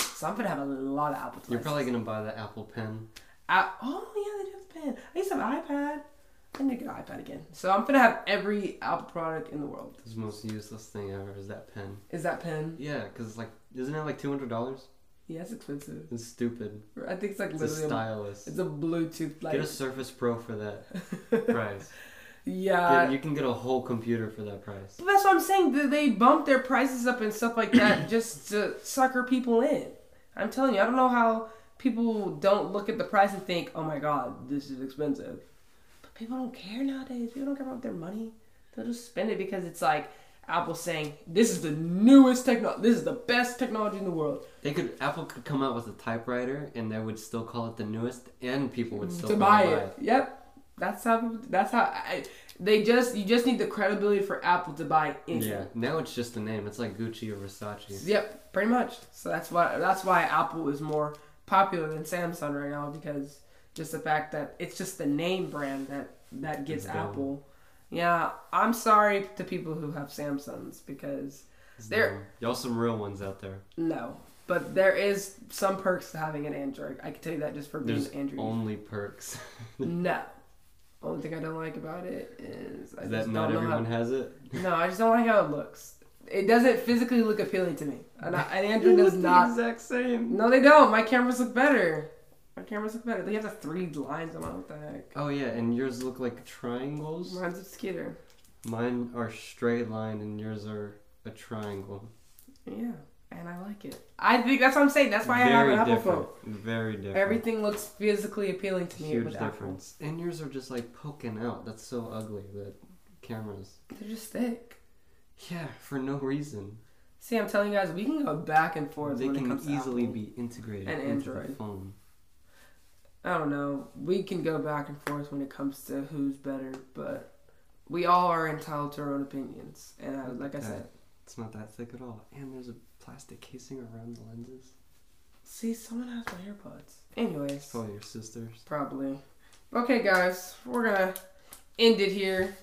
[SPEAKER 1] So I'm gonna have a lot of Apple.
[SPEAKER 2] You're
[SPEAKER 1] devices.
[SPEAKER 2] probably gonna buy the Apple Pen.
[SPEAKER 1] I, oh yeah, they do have the pen. I used to have an iPad. I need to get an iPad again. So I'm gonna have every Apple product in the world.
[SPEAKER 2] It's the most useless thing ever is that pen.
[SPEAKER 1] Is that pen?
[SPEAKER 2] Yeah, because like, isn't it like two hundred dollars?
[SPEAKER 1] Yeah, it's expensive.
[SPEAKER 2] It's stupid.
[SPEAKER 1] I think it's like
[SPEAKER 2] It's a
[SPEAKER 1] literally. A
[SPEAKER 2] stylus.
[SPEAKER 1] it's a Bluetooth like
[SPEAKER 2] Get a Surface Pro for
[SPEAKER 1] [laughs]
[SPEAKER 2] that price.
[SPEAKER 1] yeah. Uh,
[SPEAKER 2] Yeah, you can get a whole computer for that price.
[SPEAKER 1] But that's what I'm saying. that They bump their prices up and stuff like that just to sucker people in. I'm telling you, I don't know how people don't look at the price and think, "Oh my god, this is expensive." But people don't care nowadays. People don't care about their money. They'll just spend it because it's like Apple saying this is the newest technology, this is the best technology in the world.
[SPEAKER 2] They could Apple could come out with a typewriter and they would still call it the newest, and people would still
[SPEAKER 1] to buy it. Yep, that's how. That's how. I, they just you just need the credibility for Apple to buy anything.
[SPEAKER 2] Yeah, now it's just a name. It's like Gucci or Versace.
[SPEAKER 1] Yep, pretty much. So that's why that's why Apple is more popular than Samsung right now because just the fact that it's just the name brand that that gets
[SPEAKER 2] It's dumb.
[SPEAKER 1] Apple. Yeah, I'm sorry to people who have Samsungs because
[SPEAKER 2] It's
[SPEAKER 1] There-
[SPEAKER 2] dumb. y'all some real ones out there.
[SPEAKER 1] no, but there is some perks to having an Android. I can tell you that just for being
[SPEAKER 2] There's
[SPEAKER 1] an Android. user.
[SPEAKER 2] only perks. [laughs]
[SPEAKER 1] no, only thing I don't like about it is I just
[SPEAKER 2] Is that not
[SPEAKER 1] don't know how-
[SPEAKER 2] everyone has it?
[SPEAKER 1] No, I just don't like how it looks. It doesn't physically look appealing to me. And I, an Android does not.
[SPEAKER 2] exact same.
[SPEAKER 1] No, they don't. My cameras look better. My cameras look better. They have the three lines on them. What the heck?
[SPEAKER 2] Oh yeah, and yours look like triangles.
[SPEAKER 1] Mine's obscure.
[SPEAKER 2] Mine are straight line, and yours are a triangle.
[SPEAKER 1] Yeah, and I like it. I think that's what I'm saying. That's why I have an
[SPEAKER 2] Very
[SPEAKER 1] Apple
[SPEAKER 2] different.
[SPEAKER 1] phone.
[SPEAKER 2] Very different.
[SPEAKER 1] Everything looks physically appealing to me.
[SPEAKER 2] Huge
[SPEAKER 1] with Apple.
[SPEAKER 2] difference. And yours are just like poking out. That's so ugly. The cameras.
[SPEAKER 1] They're just thick.
[SPEAKER 2] Yeah, for no reason.
[SPEAKER 1] See, I'm telling you guys, we can go back and forth.
[SPEAKER 2] they
[SPEAKER 1] when it
[SPEAKER 2] can
[SPEAKER 1] comes to
[SPEAKER 2] easily
[SPEAKER 1] Apple.
[SPEAKER 2] be integrated
[SPEAKER 1] and
[SPEAKER 2] into the
[SPEAKER 1] Android.
[SPEAKER 2] phone.
[SPEAKER 1] I don't know. We can go back and forth when it comes to who's better, but we all are entitled to our own opinions. And I, like I
[SPEAKER 2] That-
[SPEAKER 1] said,
[SPEAKER 2] It's not that thick at all. And there's a plastic casing around the lenses.
[SPEAKER 1] see, someone has my AirPods. Anyways,
[SPEAKER 2] It's probably your sister's.
[SPEAKER 1] probably. Okay, guys, we're gonna end it here.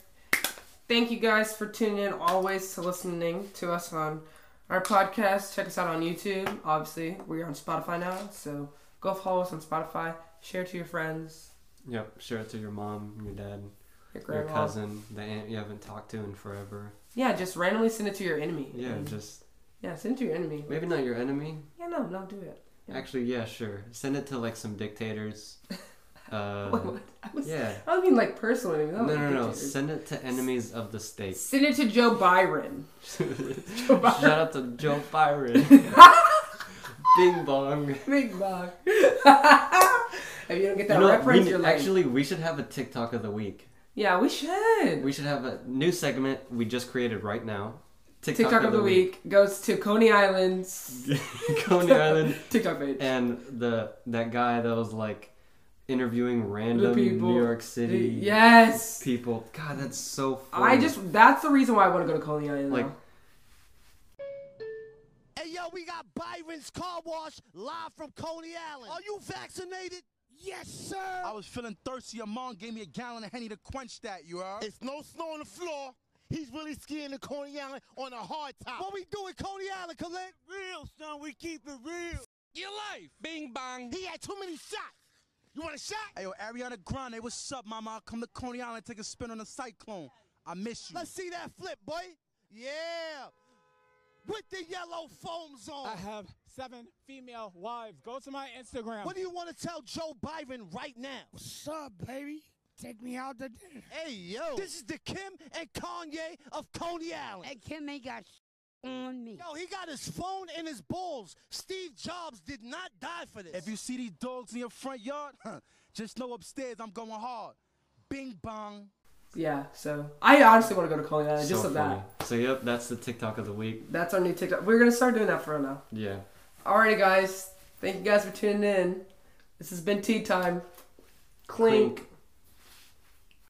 [SPEAKER 1] Thank you guys for tuning in, always to listening to us on our podcast. Check us out on YouTube. Obviously, we're on Spotify now, so go follow us on Spotify. Share to your friends,
[SPEAKER 2] Yep. Share it to your mom, your dad,
[SPEAKER 1] your
[SPEAKER 2] your
[SPEAKER 1] grandma.
[SPEAKER 2] cousin, the aunt you haven't talked to in forever.
[SPEAKER 1] Yeah, just randomly send it to your enemy.
[SPEAKER 2] Yeah,
[SPEAKER 1] And-
[SPEAKER 2] just
[SPEAKER 1] Yeah, send it to your enemy.
[SPEAKER 2] maybe not your enemy.
[SPEAKER 1] Yeah, no, no, do it. Yeah.
[SPEAKER 2] Actually, yeah, sure. Send it to like some
[SPEAKER 1] [laughs]
[SPEAKER 2] dictators. Uh,
[SPEAKER 1] Wait, what? I was, [laughs]
[SPEAKER 2] yeah.
[SPEAKER 1] I don't mean like personal enemies.
[SPEAKER 2] No, no, no. Send it to enemies of the state.
[SPEAKER 1] Send it to Joe Byron.
[SPEAKER 2] [laughs]
[SPEAKER 1] Joe
[SPEAKER 2] Shout
[SPEAKER 1] Byron.
[SPEAKER 2] out to Joe
[SPEAKER 1] [laughs]
[SPEAKER 2] Byron. Bing bong.
[SPEAKER 1] Big [laughs] Bog. if you don't get that
[SPEAKER 2] You know,
[SPEAKER 1] reference,
[SPEAKER 2] we-
[SPEAKER 1] you're like,
[SPEAKER 2] actually, we should have a TikTok of the week.
[SPEAKER 1] yeah, we should.
[SPEAKER 2] We should have a new segment we just created right now.
[SPEAKER 1] TikTok, of, the week, goes to Coney Island's
[SPEAKER 2] [laughs] Coney Island
[SPEAKER 1] [laughs] TikTok page.
[SPEAKER 2] and the that guy that was like interviewing random
[SPEAKER 1] people.
[SPEAKER 2] New York City
[SPEAKER 1] yes.
[SPEAKER 2] people. God, that's so funny.
[SPEAKER 1] I just, that's the reason why I want to go to Coney Island.
[SPEAKER 2] Like-
[SPEAKER 1] now.
[SPEAKER 3] Hey, yo, we got Byron's Car Wash live from Coney Island. Are you vaccinated? Yes, sir.
[SPEAKER 4] I was feeling thirsty. Your mom gave me a gallon of honey to quench that, you heard?
[SPEAKER 3] It's no snow on the floor. He's really skiing in Coney Island on a hard top. What we do in Coney Island, Colette? Real, son. We keep it real.
[SPEAKER 4] Your life! Bing bong!
[SPEAKER 3] He had too many shots. You want a shot?
[SPEAKER 4] Hey, yo, Ariana Grande, what's up, mama? I'll come to Coney Island take a spin on a cyclone. I miss you.
[SPEAKER 3] Let's see that flip, boy. Yeah. With the yellow foams on.
[SPEAKER 5] I have seven female wives. Go to my Instagram.
[SPEAKER 3] What do you want to tell Joe Byron right now?
[SPEAKER 6] What's up, baby? Take me out to dinner.
[SPEAKER 3] Hey, yo. This is the Kim and Kanye of Coney Island.
[SPEAKER 6] Hey, Kim ain't got on me.
[SPEAKER 3] Yo, he got his phone and his balls. Steve Jobs did not die for this.
[SPEAKER 4] If you see these dogs in your front yard, [laughs] just know upstairs I'm going hard. Bing bong.
[SPEAKER 1] yeah, so I honestly want to go to Coney Island just
[SPEAKER 2] so
[SPEAKER 1] for
[SPEAKER 2] funny.
[SPEAKER 1] that.
[SPEAKER 2] So yep, that's the TikTok of the week.
[SPEAKER 1] That's our new TikTok. We're going to start doing that for now.
[SPEAKER 2] Yeah.
[SPEAKER 1] Alrighty, guys. Thank you guys for tuning in. This has been Tea Time. Clink.
[SPEAKER 2] Clink.